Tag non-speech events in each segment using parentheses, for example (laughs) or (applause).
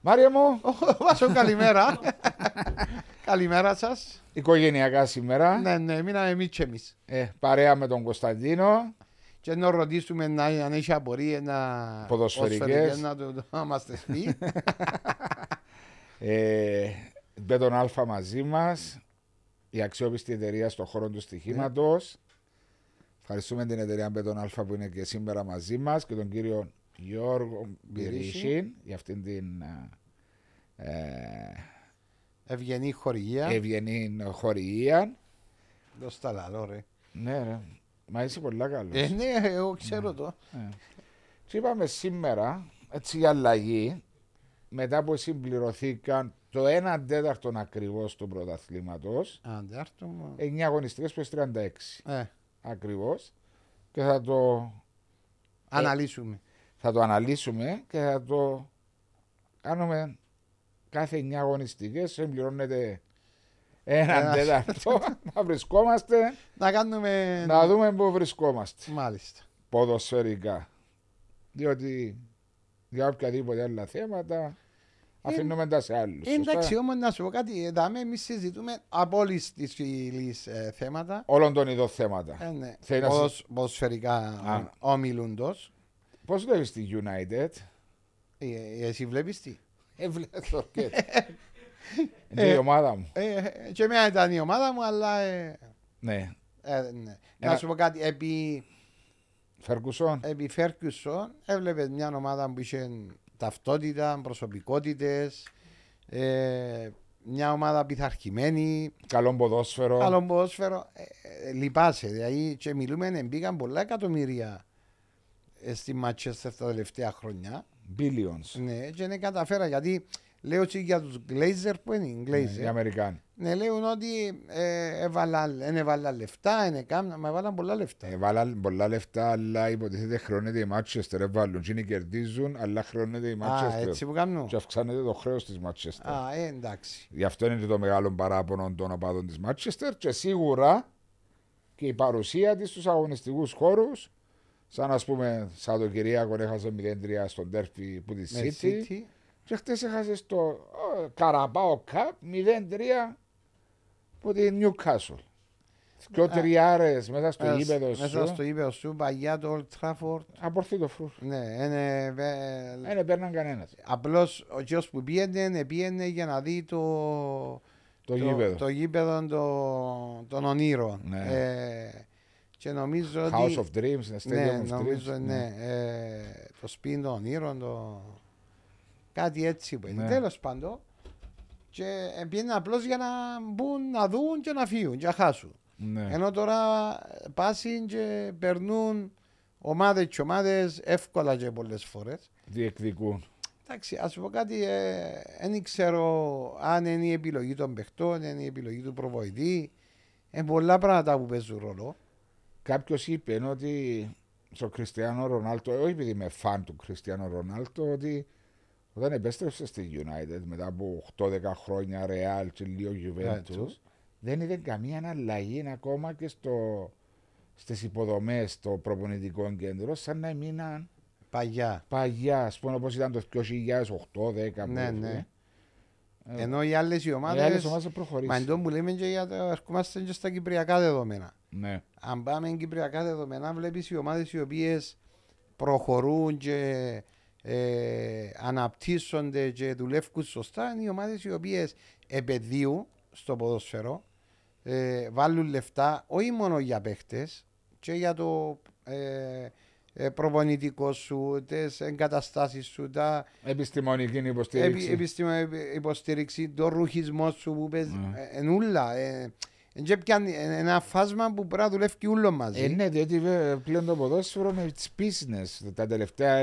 Μάριε μου, Βάσο, καλημέρα. καλημέρα σας. οικογενειακά σήμερα. ναι, ναι, μείναμε εμείς και εμείς. Ε, παρέα με τον Κωνσταντίνο. Και να ρωτήσουμε να, αν έχει απορίε να. Ποδοσφαιρικές. ποδοσφαιρικές, Να το, το να μας τις πει. Ε, με τον Αλφα μαζί μας. Η αξιόπιστη εταιρεία στον χώρο του στοιχήματος. Ναι. Ευχαριστούμε την εταιρεία με τον Αλφα που είναι και σήμερα μαζί μας και τον κύριο Γιώργο Γκυρίσι. Γκυρίσιν για αυτήν την ε, Ευγενή χορηγία. ευγενή χορηγία. Το σταλαλό, ρε. Ναι, ρε. Μα είσαι πολύ καλό. Ε, ναι, εγώ ξέρω το. Και είπαμε σήμερα, έτσι για αλλαγή, μετά που συμπληρωθήκαν το 1 τέταρτο ακριβώ του πρωταθλήματο, Άντε, άρτο 9 αγωνιστικέ προ 36 Ε, ακριβώς. Και θα το, αναλύσουμε. θα το αναλύσουμε και θα το κάνουμε κάθε 9 αγωνιστικέ. Συμπληρώνεται Ένα. έναν τέταρτο να βρισκόμαστε, Να κάνουμε. να δούμε πού βρισκόμαστε. Μάλιστα. ποδοσφαιρικά. Διότι για οποιαδήποτε άλλα θέματα αφήνουμε τα σε άλλους. Ε, σωστά. Ε, Εντάξει, όμως να σου πω κάτι. Εδώ εμείς συζητούμε από όλε τι φυλή ε, θέματα. Όλων των ειδών θέματα. Ε, ναι. Θέλει να Ποδοσ- Ποδοσφαιρικά Α. ομιλούντος. Πώς βλέπεις τη United? Ε, Εσύ βλέπεις τι. Ε, βλέπω και... Είναι η ομάδα μου. Ε, ε, και εμένα ήταν η ομάδα μου, αλλά. ε, Ναι. ε, ναι. Ένα- Να σου πω κάτι. Επί, Φερκουσόν. επί Φέρκουσον έβλεπες μια ομάδα που είχε ταυτότητα, προσωπικότητες. μια ομάδα πειθαρχημένη, Καλό ποδόσφαιρο. καλό ποδόσφαιρο. Ε, ε, λυπάσαι. Δηλαδή, και μιλούμε, μπήκαν πολλά εκατομμύρια ε, στη Ματσέστερ τα τελευταία χρόνια. Billions. Ναι, και δεν καταφέρα γιατί λέω και για τους Glazer που είναι οι Glazer. Οι Αμερικάνοι. Ναι, λέουν ότι ε, έβαλα, εν έβαλα λεφτά, εν έκανα, μα έβαλαν πολλά λεφτά. Ε, Βάλαν πολλά λεφτά, αλλά υποτίθεται χρεώνεται η Manchester. Ε, Έβαλουν. Εκείνοι κερδίζουν, αλλά χρεώνεται η Α, Manchester. έτσι που κάνουν. Και αυξάνεται το χρέος της Manchester. Α, ε, εντάξει. Γι' αυτό είναι και το μεγάλο παράπονο των οπαδών της Μάτσεστερ και σίγουρα και η παρουσία της στους αγωνιστικούς χώρους. Σαν ας πούμε, Σαββατοκυριακό έχασε 0-3 στον τέρφι που τη Με City, City. και χτες έχασε στο ε, Καραμπάο Cup 0-3 που τη Newcastle. Δυο τριάρες μέσα στο Μες- γήπεδο Μέσα σου. στο γήπεδο σου, παγιά το Old Trafford. Απορθεί το φρουρ. Ναι, είναι, Ναι. Δεν έπαιρναν κανένας. απλώς ο κύριος που πήγαινε, ναι, πήγαινε για να δει το, Το γήπεδο. το γήπεδο το- των ονείρων. Ναι. Ε, και νομίζω House ότι... of Dreams, Stadium ναι, of νομίζω, Dreams. ναι. Ε, το σπίτι των ονείρων, το... κάτι έτσι που είναι. Ναι. Τέλος πάντων, και ε, πήγαινε απλώς για να μπουν, να δουν και να φύγουν και να χάσουν. Ναι. Ενώ τώρα πάσουν και περνούν ομάδες και ομάδες εύκολα και πολλές φορές. Διεκδικούν. Εντάξει, ας πω κάτι, ε, δεν ξέρω αν είναι η επιλογή των παιχτών, είναι η επιλογή του προβοητή. Είναι πολλά πράγματα που παίζουν ρόλο. Κάποιος είπε ότι στο Κριστιανό Ρονάλτο, όχι επειδή είμαι φαν του Κριστιανό Ρονάλτο, ότι όταν επέστρεψε στη United μετά από 8-10 χρόνια Real και λίγο Juventus, Juventus. δεν είδε καμία αλλαγή ακόμα και στο, στις υποδομές στο προπονητικό κέντρο, σαν να μείναν Παγιά. παγιά, ας πούμε όπως ήταν το 2008-10 Ναι, που ναι. ναι. Ενώ οι άλλες Ε. οι Οι άλλες ομάδες ομάδες... έχουν Μα εν προχωρήσει. τω που λέμε και για το ερχόμαστε και στα κυπριακά δεδομένα. Ναι. Αν πάμε κυπριακά δεδομένα, βλέπεις οι ομάδες οι οποίες προχωρούν και ε, αναπτύσσονται και δουλεύουν σωστά. Είναι οι ομάδες οι οποίες επενδύουν στο ποδόσφαιρο, ε, βάλουν λεφτά όχι μόνο για παίχτες, και για το ε, ε, προπονητικό σου, τις εγκαταστάσεις σου, τα, Επιστημονική επι, υποστήριξη. επιστήμη επι- υποστήριξη, το ρουχισμό σου που ε, παίζει, Ναι. ενούλα. ένα φάσμα που πρέπει να δουλεύει ούλο μαζί. Ε, ναι, διότι βέ- πλέον το ποδόσφαιρο είναι it's business. Τα τελευταία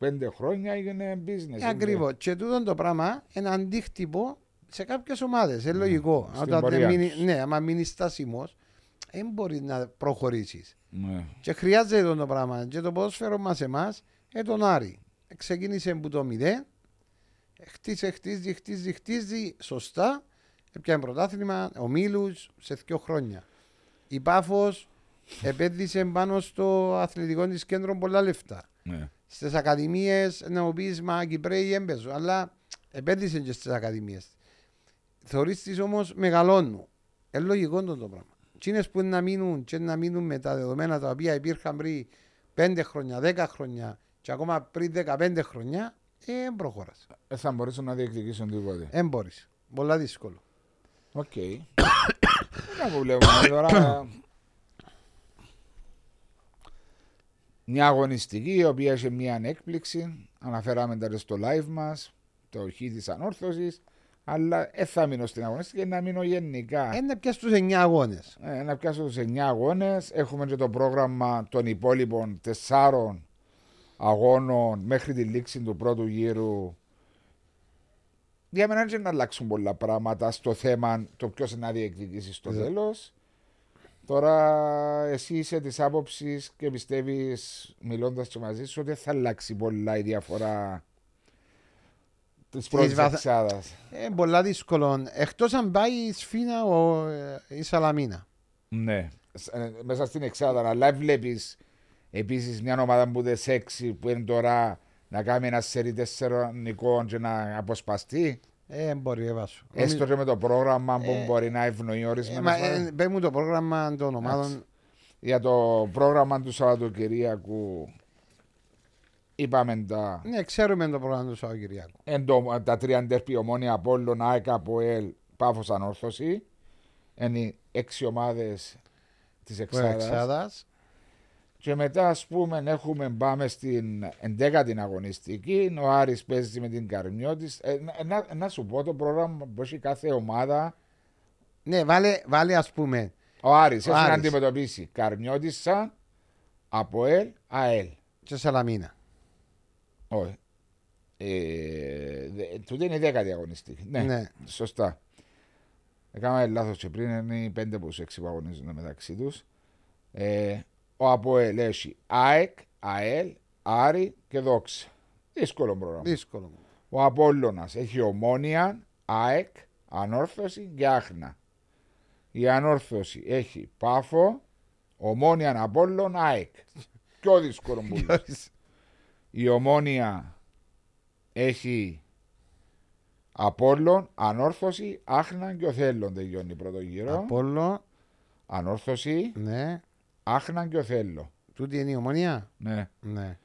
20-25 χρόνια έγινε business. Ε, ναι. Ακριβώς. Και τούτο το πράγμα είναι αντίκτυπο σε κάποιες ομάδες. Είναι λογικό. Στην Όταν δεν πορεία μείνει- τους. ναι, άμα μείνεις στάσιμος, δεν μπορείς να προχωρήσεις. Ναι. Και χρειάζεται τούτο το πράγμα. Και το ποδόσφαιρο μας εμάς, ε, τον Άρη. Ξεκίνησε που το 0, χτίσε, χτίζει, χτίζει, χτίζει σωστά. Έπιανε πρωτάθλημα, ο Μίλους σε δύο χρόνια. Η Πάφος επένδυσε πάνω στο αθλητικό της κέντρο πολλά λεφτά. ναι. Στις ακαδημίες να μου πει Μα Κυπρέοι δεν παίζουν. Αλλά επένδυσε και στις ακαδημίες. Θεωρείς τις όμως μεγαλώνουν. Είναι λογικό το πράγμα. Τινές που είναι να μείνουν και να μείνουν με τα δεδομένα τα οποία υπήρχαν πριν 5 χρόνια, 10 χρόνια και ακόμα πριν 15 χρόνια, ε, δεν προχώρασε. Ε, θα μπορέσουν να διεκδικήσουν τίποτε. Δεν μπορείς. Πολλά δύσκολο. Ε, Οκ. (coughs) Δεν το (coughs) βλέπουμε τώρα. Μια αγωνιστική η οποία είχε μια έκπληξη. Αναφέραμε τα στο live μας, το χ της ανόρθωσης. Αλλά δεν θα μείνω στην αγωνιστική, να μείνω γενικά. Ένα πια στους 9 αγώνες. Ε, να πιάσω τους 9 αγώνες. Έχουμε και το πρόγραμμα των υπόλοιπων 4 αγώνων μέχρι τη λήξη του πρώτου γύρου. Για μένα δεν αλλάξουν πολλά πράγματα στο θέμα το ποιος να διεκδικήσει στο Ναι. τέλος. Τώρα εσύ είσαι της άποψης και πιστεύεις, μιλώντας και μαζί σου, ότι δεν θα αλλάξει πολλά η διαφορά της πρώτης βαθα- εξάδας. Ε, πολλά δύσκολο. Εκτός αν πάει η Σφίνα ο, ε, η Σαλαμίνα. Ναι. Σ- ε, Μέσα στην εξάδα, αλλά βλέπεις επίσης μια ομάδα που δεν σεξι που είναι τώρα να κάνει ένα σερί τέσσερων νικών και να αποσπαστεί. Ε, δεν μπορεί, έβασο. Έστω και με το πρόγραμμα που Ε, μπορεί να ευνοεί Ε, ορισμένες μα, ε, πες μου το πρόγραμμα των ομάδων. Για το πρόγραμμα του Σαββατοκυριακού είπαμε τα, Ναι, ξέρουμε το πρόγραμμα του Σαββατοκυριακού. εν το- τα τρία αντέρπη ομόνια Απόλλων, ΑΕΚ, ΑΠΟΕΛ, Πάφος Ανόρθωση. Είναι οι έξι ομάδες της Εξάδας. Εξάδας. Και μετά, ας πούμε, έχουμε, πάμε στην 11η αγωνιστική. Ο Άρης παίζει με την Καρμιώτης. Ε, να- να, να, σου πω το πρόγραμμα που έχει κάθε ομάδα. Ναι, βάλε, βάλε ας πούμε. Ο Άρης Ο έχει να Άρης. αντιμετωπίσει Καρμιώτησα, Αποέλ, ΑΕΛ. Και Σαλαμίνα. Όχι. Ε, δε- τούτη είναι η δέκατη αγωνιστική. Ναι, Ναι. σωστά. Έκανα λάθος και πριν, είναι οι πέντε που έξι που αγωνίζονται μεταξύ τους. Ε, ο Αποέλ έχει ΑΕΚ, ΑΕΛ, Άρη και Δόξα. Δύσκολο πρόγραμμα. Δύσκολο. Ο Απόλλωνας έχει ομόνια, ΑΕΚ, ανόρθωση και άχνα. Η ανόρθωση έχει πάφο, ομόνια, Απόλλων, ΑΕΚ. Πιο δύσκολο που λες. Η ομόνια έχει Απόλλων, ανόρθωση, άχνα και ο θέλον τελειώνει πρώτο γύρο. Απόλλω, Ανόρθωση, ναι. άχνα και ο θέλω. Τούτη είναι η ομονία. Ναι. Ναι.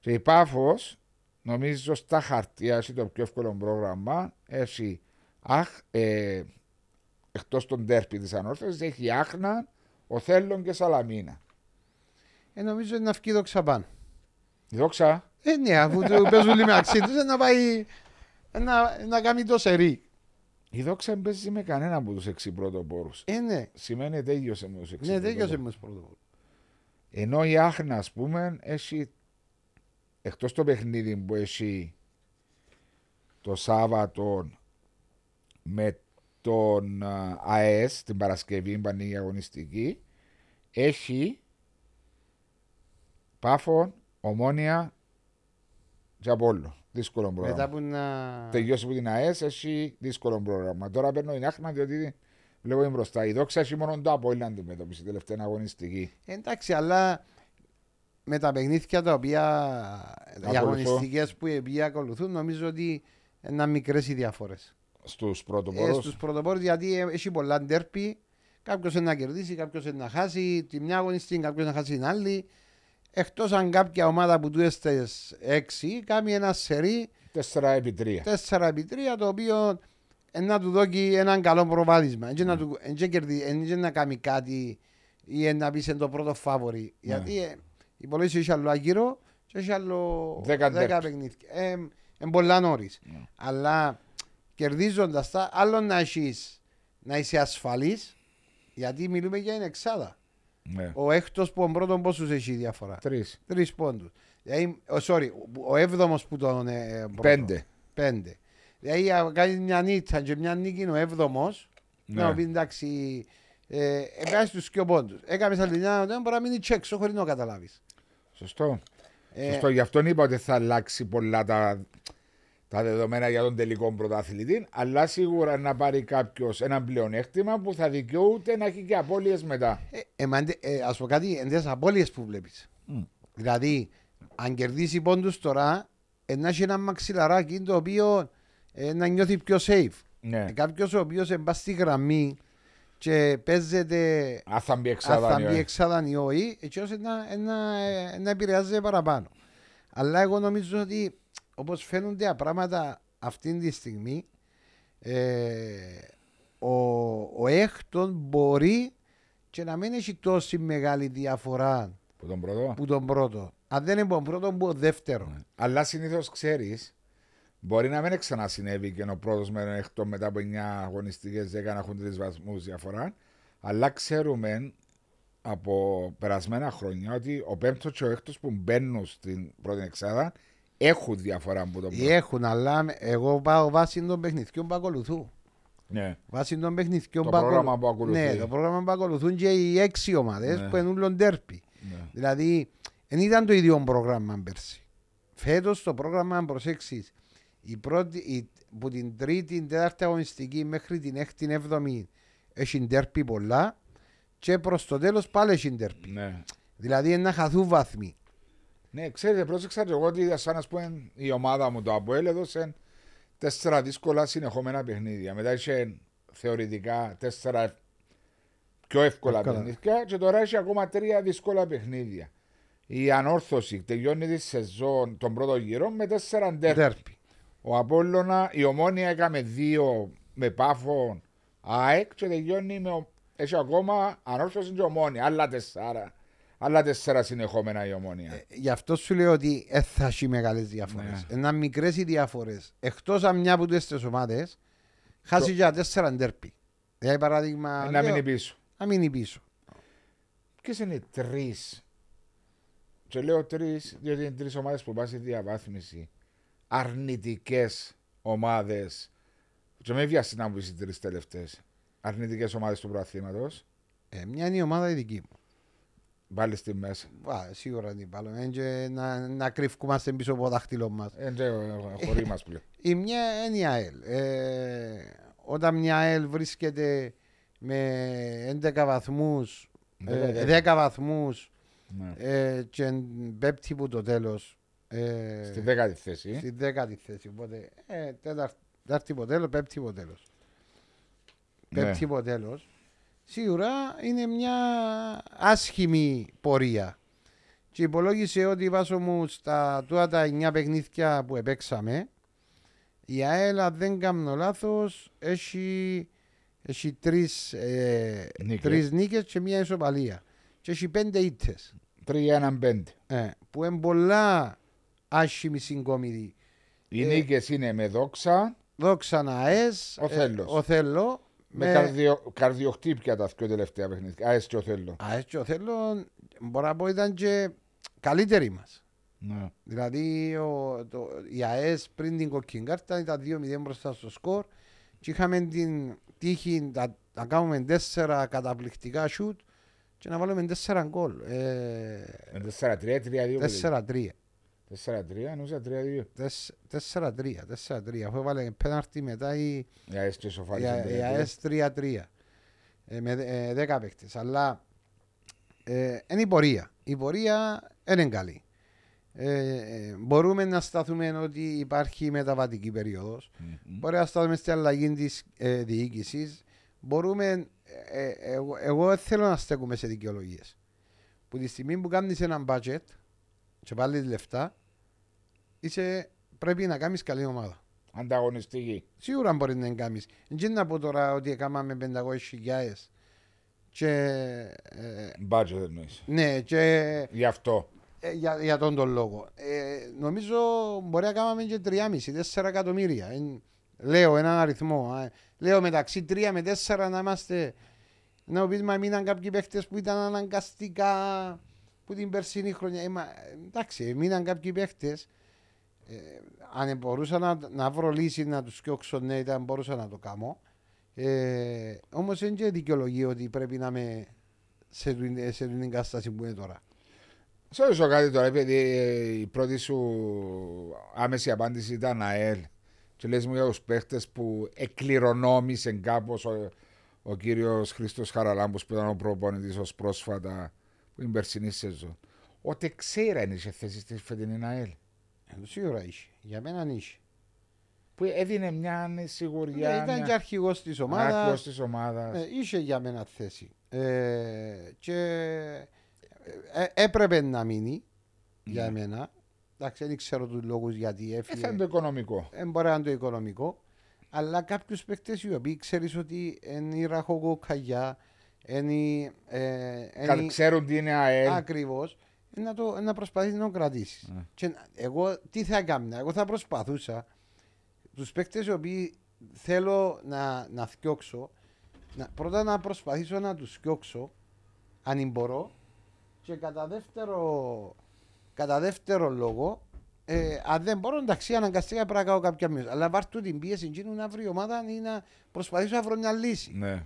Και η Πάφος, νομίζω στα χαρτιά έχει το πιο εύκολο πρόγραμμα. Έχει αχ, ε, εκτός των τέρπι της ανόρθωσης, έχει Άχνα, Οθέλον και Σαλαμίνα. Ε, νομίζω είναι αυκή δόξα πάνω. Η Δόξα, Ε, ναι, αφού του παίζουν λίγο μεταξύ τους, ε, να πάει να, να κάνει το σερί. η Δόξα δεν παίζει με κανένα από τους έξι πρωτοπόρους. Ε, ναι. Σημαίνει τέλειωσε με τους έξι Ναι, τέτοιος πρωτοπόρους. είμαι πρώτο. Ενώ η Άχνα, ας πούμε, έχει εκτός το παιχνίδι που έχει το Σάββατο με τον α, ΑΕΣ την Παρασκευή, που ανοίγει η αγωνιστική, έχει Πάφων, Ομόνια και Απόλλων. Δύσκολο πρόγραμμα. Μετά που να... Τελειώσει που την ΑΕΣ, έχει δύσκολο πρόγραμμα. Τώρα παίρνω την Άχνα διότι βλέπω είναι μπροστά. Η δόξα έχει μόνο το Απόλλων να αντιμετωπίσει την τελευταία αγωνιστική. Εντάξει, αλλά με τα παιχνίδια τα οποία οι Ακολουθώ. αγωνιστικές που οι οποίοι ακολουθούν νομίζω ότι είναι μικρές οι διαφορές. Στους Ε, πρωτοπόρους. στους πρωτοπόρους γιατί ε, έχει πολλά ντέρπι κάποιος να κερδίσει, κάποιος να χάσει τη μια αγωνιστή, κάποιος να χάσει την άλλη εκτός αν κάποια ομάδα που του έστε έξι κάνει ένα σερί 4 επί 3. 4 επί 3 το οποίο ε, να του δώσει έναν καλό προβάδισμα Εν και Ναι. να, του, εν και κερδί- εν και να κάνει κάτι ή εν να πεις σε το πρώτο Ναι. φαβορή γιατί ε, υπολογίζει έχει άλλο άγυρο και έχει άλλο Δέκα Ναι. 10 ντέρπι. παιχνίδια ε, ε, πολλά νωρίς αλλά κερδίζοντας τα, άλλο να έχεις να είσαι ασφαλής, γιατί μιλούμε για την εξάδα. Ναι. Ο έκτος που τον πρώτον πόσους έχει διαφορά. Τρεις. Τρεις πόντους. Δηλαδή, ο, sorry, ο έβδομος που τον. Ε, πρώτον. Πέντε. Πέντε. Δηλαδή, αν κάνεις μια νύχτα και μια νίκη είναι ο έβδομος, Ναι. να πεις εντάξει, ε, βγάζει του πιο πόντους. Έκαμε άλλη μια, δεν μπορεί να μείνει τσέξο χωρίς να καταλάβεις. Σωστό. Ε, Σωστό. Γι' αυτόν είπα ότι θα αλλάξει πολλά τα, τα δεδομένα για τον τελικό πρωταθλητή. Αλλά σίγουρα να πάρει κάποιος ένα πλεονέκτημα που θα δικαιούται να έχει και απώλειες μετά. Ε, ε, μα εντε- ε, ας πω κάτι, είναι τις απώλειες που βλέπεις. Δηλαδή, αν κερδίσει πόντους τώρα, ε, να έχει ένα μαξιλαράκι το οποίο ε, να νιώθει πιο safe. Ναι. Ε, Κάποιος ο οποίος μπα στη γραμμή και παίζεται Αν θα μπει ναι, αν θα εξάδανη. μπει εξάδαν ή όχι, έτσι ώστε να, να, να επηρεάζεται παραπάνω. Αλλά εγώ νομίζω ότι όπως φαίνονται τα πράγματα αυτή τη στιγμή, ε, ο, ο έκτον μπορεί και να μην έχει τόση μεγάλη διαφορά Που τον πρώτο. που τον πρώτο. Αν δεν είναι που τον πρώτο, που ο Ναι, δεύτερο. Αλλά συνήθως ξέρεις, μπορεί να μην ξανασυνέβη και ο πρώτος με τον έκτο μετά από 9 αγωνιστικέ 10 να έχουν 3 βαθμούς διαφορά. Αλλά ξέρουμε από περασμένα χρόνια ότι ο πέμπτος και ο έκτος που μπαίνουν στην πρώτη εξάδα έχουν διαφορά από τον πρώτο. Έχουν, αλλά εγώ πάω βάσει των παιχνιδιών που ακολουθούν. Ναι. Βάσει των παιχνιδιών Το που ακολου- πρόγραμμα που ακολουθεί. Ναι, το πρόγραμμα που ακολουθούν και οι έξι ομάδες Ναι. που ενούλων τέρπι. ναι. Δηλαδή, δεν ήταν το ίδιο πρόγραμμα πέρσι. Φέτος το πρόγραμμα, αν προσέξεις, η πρώτη, η, που την τρίτη, την τέταρτη αγωνιστική μέχρι την έκτη, την έβδομη, έχει τέρπι πολλά. Και προς το τέλος πάλι έχει τέρπι. ναι. Δηλαδή, να χαθούν βαθμοί. Ναι, ξέρετε, πρόσεξα και εγώ ότι σαν να πούμε η ομάδα μου το Αποέλ έδωσε τέσσερα δύσκολα συνεχόμενα παιχνίδια. Μετά είχε θεωρητικά τέσσερα ευ- πιο εύκολα, Εύκολα. παιχνίδια και τώρα έχει ακόμα τρία δύσκολα παιχνίδια. Η ανόρθωση τελειώνει τη σεζόν τον πρώτο γύρο με τέσσερα ντέρ. Τέρπι. Ο Απόλλωνα, η Ομόνια έκαμε δύο με πάφο ΑΕΚ και τελειώνει με... ο- Έχει ακόμα ανόρθωση και Ομόνια, άλλα τέσσερα. Άλλα τέσσερα συνεχόμενα η Ομόνια. Ε, Γι' αυτό σου λέω ότι ε, θα έχει μεγάλες διαφορές. Ναι. Ναι. Να μικρές οι διαφορές. Εκτός αν μια από τις τρεις ομάδες χάσει για τέσσερα ντέρπι. Δηλαδή, παράδειγμα, να λέω, μείνει πίσω. να μείνει πίσω. Ποιες είναι οι τρεις. Και λέω τρεις, διότι είναι τρεις ομάδες που πα στη διαβάθμιση. Αρνητικές ομάδες. Και με βιαστεί να μου πεις οι τρεις τελευταίες. Αρνητικές ομάδες του προαθήματο. Ε, μια είναι η ομάδα η δική μου. Πάλι στη μέσα. Βα, σίγουρα την πάλω. Εν και να, να κρυφκούμαστε πίσω από το δάχτυλό μας. Ε, και, ε, χωρί μας πλέον. Η μια είναι η ΑΕΛ. Ε, όταν μια ΑΕΛ βρίσκεται με 11 βαθμού, Δέκα, 10 βαθμούς (laughs) Ναι. ε, και πέπτει που το τέλος. Ε, Στη δέκατη θέση. Στη δέκατη θέση. Οπότε ε, τέταρτη, τέταρτη ποτέλο, πέμπτη ποτέλο. Ναι. Πέμπτη ποτέλο. Σίγουρα είναι μια άσχημη πορεία. Και υπολόγισε ότι βάσω μου στα τούτα τα 9 παιχνίδια που επέξαμε, η ΑΕΛ, αν δεν κάνω λάθος, έχει, έχει τρεις ε, Νίκες. τρεις νίκες και μια ισοπαλία. Και έχει πέντε ήττες. Τρία, έναν πέντε. Ε, που είναι πολλά άσχημη συγκομιδή. Οι Ε, νίκες είναι με δόξα, Δόξα να ες, Ο Θέλος. ε, ο ε, Θέλω, με, με- καρδιο, καρδιοχτύπια τα δύο τελευταία παιχνίδια. Α, έτσι και ο θέλω. Α, έτσι ο Θέλω, μπορώ να πω ήταν και καλύτερη μας. Ναι. Δηλαδή ο, το, η ΑΕΣ πριν την κοκκινή κάρτα ήταν 2-0 μπροστά στο σκορ και είχαμε την τύχη να, να κάνουμε τέσσερα καταπληκτικά σουτ και να βάλουμε τέσσερα γκολ. Ε, 4-3, 3-2. 4-3. 4-3, εννοούσα 3-2. 4-3. 4-3. Αφού έβαλε πέναρτη μετά η, Η ΑΕΣ και Η Α- η ΑΕΣ 3-3 ε, με δε- ε, 10 παίκτες. Αλλά ε, είναι η πορεία. Η πορεία δεν είναι καλή. Ε, ε, μπορούμε να σταθούμε ότι υπάρχει μεταβατική περίοδος. Μπορεί να σταθούμε στην αλλαγή της ε, διοίκησης. Μπορούμε. ε, ε, εγώ, εγώ δεν θέλω να στέκουμε σε δικαιολογίες. Που τη στιγμή που κάνεις ένα budget και πάλι λεφτά, είσαι, πρέπει να κάνεις καλή ομάδα. Ανταγωνιστική. Σίγουρα μπορεί να κάνεις. Δεν να πω τώρα ότι έκαναμε 500.000 και, ε, Μπάτζετ εννοείς. ναι, και Γι' αυτό. ε, για, για τον τον λόγο. Ε, νομίζω μπορεί να κάναμε και 3,5-4 εκατομμύρια. Εν- λέω έναν αριθμό. α. ε. λέω μεταξύ 3 με 4 να είμαστε. Να μου πεις μα μείναν κάποιοι παίχτες που ήταν αναγκαστικά που την περσινή χρονιά. Ε, μα, εντάξει, ε, μείναν κάποιοι παίχτες. Ε, αν μπορούσα να, να βρω λύση να τους κιόξω, ναι, ήταν μπορούσα να το κάνω. Ε, Όμως δεν είναι δικαιολογία ότι πρέπει να είμαι σε, τούτη- σε την κατάσταση που είναι τώρα. Σε ρωτήσω κάτι τώρα, επειδή ε, η πρώτη σου άμεση απάντηση ήταν ΑΕΛ. Και λες μου για τους παίχτες που εκκληρονόμησε κάπως ο, ο κύριος Χρήστος Χαραλάμπος που ήταν ο προπονητής ως πρόσφατα που είναι περσινή σεζόν. Ότι ξέρα αν είχε θέση στη φετινή ΑΕΛ. Ε, Σίγουρα είχε. Για μένα είχε. που έδινε μια σιγουριά. Ναι, ήταν και αρχηγός της ομάδας. άρχος Ε, της ομάδας. Ναι, είχε για μένα θέση. Ε, και ε, έπρεπε να μείνει για μένα. Εντάξει, δεν ξέρω τους λόγους γιατί Ναι. Ε, έφυγε. θα είναι το οικονομικό. Δεν μπορεί να είναι το οικονομικό. Αλλά κάποιους παίκτες οι οποίοι ξέρεις ότι είναι η ραχοκοκαγιά, είναι. ε, Κα- Ξέρουν τι είναι ΑΕΛ. Ακριβώς. Να, το, να προσπαθείς να τον κρατήσεις. Ναι. Εγώ τι θα έκανα, εγώ θα προσπαθούσα τους παίκτες οι οποίοι θέλω να, να θιώξω, να, πρώτα να προσπαθήσω να τους θιώξω, αν μπορώ, και κατά δεύτερο, κατά δεύτερο λόγο, ε, αν δεν μπορώ, εντάξει, αναγκαστικά πρέπει να κάνω κάποια μείωση. Αλλά βάρτου την πίεση εκείνου να βρει η ομάδα ή να προσπαθήσω να βρω μια λύση. Ναι.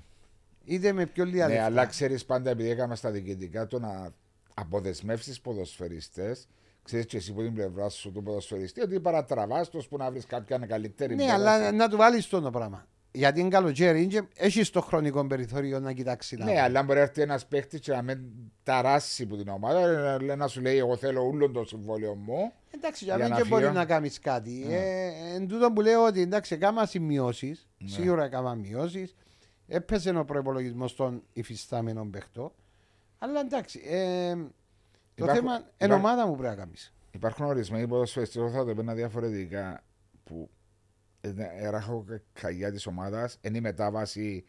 Είτε με πιο λίγα Ναι, λεφτά. αλλά ξέρεις πάντα επειδή έκαμε στα διοικητικά το να αποδεσμεύσεις ποδοσφαιριστές. Ξέρεις και εσύ από την πλευρά σου του ποδοσφαιριστή ότι παρατραβάς του που να βρεις κάποια καλύτερη. Ναι, μπάλα. αλλά να του βάλεις το πράγμα. Γιατί είναι καλοκαίρι, είναι, έχεις το χρονικό περιθώριο να κοιτάξεις. να Ναι, βρει. αλλά μπορεί να έρθει ένας παίχτης και να με ταράσει που την ομάδα, να λέει- να σου λέει: Εγώ θέλω όλο το συμβόλαιο μου. Εντάξει, για για μένα να και μπορεί φύγω. Ναι. να κάνεις κάτι. Ε, εν τούτο που λέω ότι εντάξει, κάμα σημειώσεις, Ναι. σίγουρα κάμα μειώσεις. Έπεσε ο προπολογισμό των υφιστάμενων παιχτών. Αλλά εντάξει, ε, το Υπάρχουν- θέμα εν υπάρχουν- ομάδα μου πρέπει να κάνεις. Υπάρχουν ορισμένοι ποδοσφαιριστέ που θα το πένα διαφορετικά που ε, έραχω καγιά της ομάδας. Είναι η μετάβαση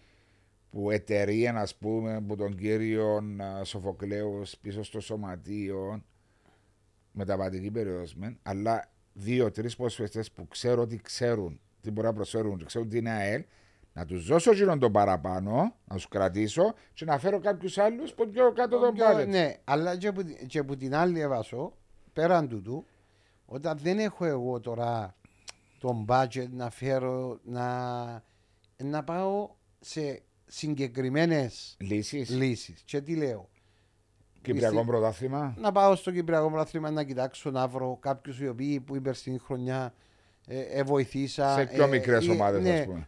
που εταιρεία, ας πούμε, που τον κύριο α, Σοφοκλέους πίσω στο σωματείο μεταβατική περίοδο. μεν, Αλλά δύο-τρει ποδοσφαιριστέ που ξέρω ότι ξέρουν τι μπορεί να προσφέρουν και ξέρουν τι είναι ΑΕΛ, να τους δώσω γύρω τον παραπάνω, να του κρατήσω και να φέρω κάποιους άλλους που πιο κάτω τον Όποιο- πάλι. Ναι, αλλά και που, και που την άλλη εβασώ, πέραν τούτου, όταν δεν έχω εγώ τώρα τον budget να φέρω, να, να πάω σε συγκεκριμένες Λύσεις. λύσεις. Και τι λέω, Κυπριακό Λύση. πρωτάθλημα. να πάω στο Κυπριακό Πρωτάθλημα να κοιτάξω να βρω κάποιους οι οποίοι που η περσινή χρονιά ε, ε, βοηθήσα. Σε πιο ε, μικρές ή- ομάδες, ναι, ας πούμε.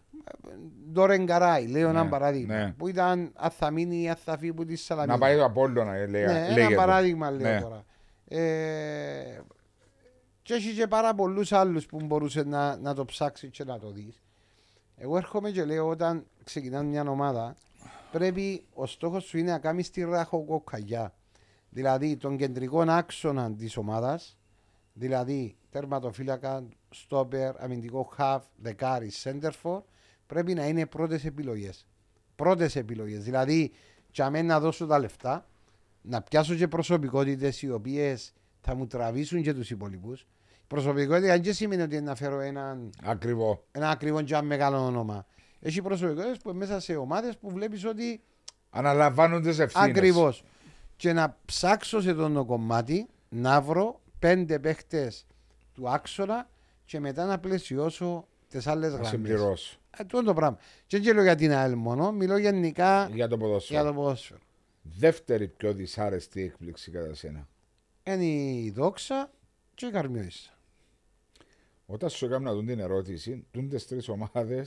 Ντόρεν Γκαράι, λέω Ναι, ένα παράδειγμα. ναι. Που ήταν αν θα μείνει ή αν θα φύγει που της Σαλαμίνας. Να πάει το Απόλλωνα, ε, λέει. Ναι, ένα λέγεται. παράδειγμα λέω Ναι. τώρα. Ε, και έχει και πάρα πολλούς άλλους που μπορούσε να, να το ψάξει και να το δεις. Εγώ έρχομαι και λέω όταν ξεκινάς μια ομάδα, πρέπει ο στόχος σου είναι να κάνεις τη ραχοκοκαλιά. Δηλαδή τον κεντρικό άξονα της ομάδας, δηλαδή τερματοφύλακα, στόπερ, αμυντικό χαφ, δεκάρι, σέντερφορ, πρέπει να είναι πρώτες επιλογές. Πρώτες επιλογές. Δηλαδή, για μένα να δώσω τα λεφτά, να πιάσω και προσωπικότητες οι οποίες θα μου τραβήσουν και τους υπόλοιπου. Προσωπικότητα δεν σημαίνει ότι είναι να φέρω έναν Ακριβό. ένα ακριβό και ένα μεγάλο όνομα. Έχει προσωπικότητες που μέσα σε ομάδες που βλέπεις ότι Αναλαμβάνουν τι ευθύνες. ακριβώς. Και να ψάξω σε τον κομμάτι να βρω πέντε παίχτες του άξονα και μετά να πλαισιώσω τις άλλες Να γραμμές. συμπληρώσω. Αυτό είναι Ε, το πράγμα. Και δεν και λέω για την ΑΕΛ μόνο, μιλώ γενικά Για το ποδόσφαιρο. για το ποδόσφαιρο. Δεύτερη πιο δυσάρεστη έκπληξη κατά σένα. Είναι η δόξα και η καρμιόησα. Όταν σου έκανα δουν την ερώτηση, τούντε τρεις ομάδες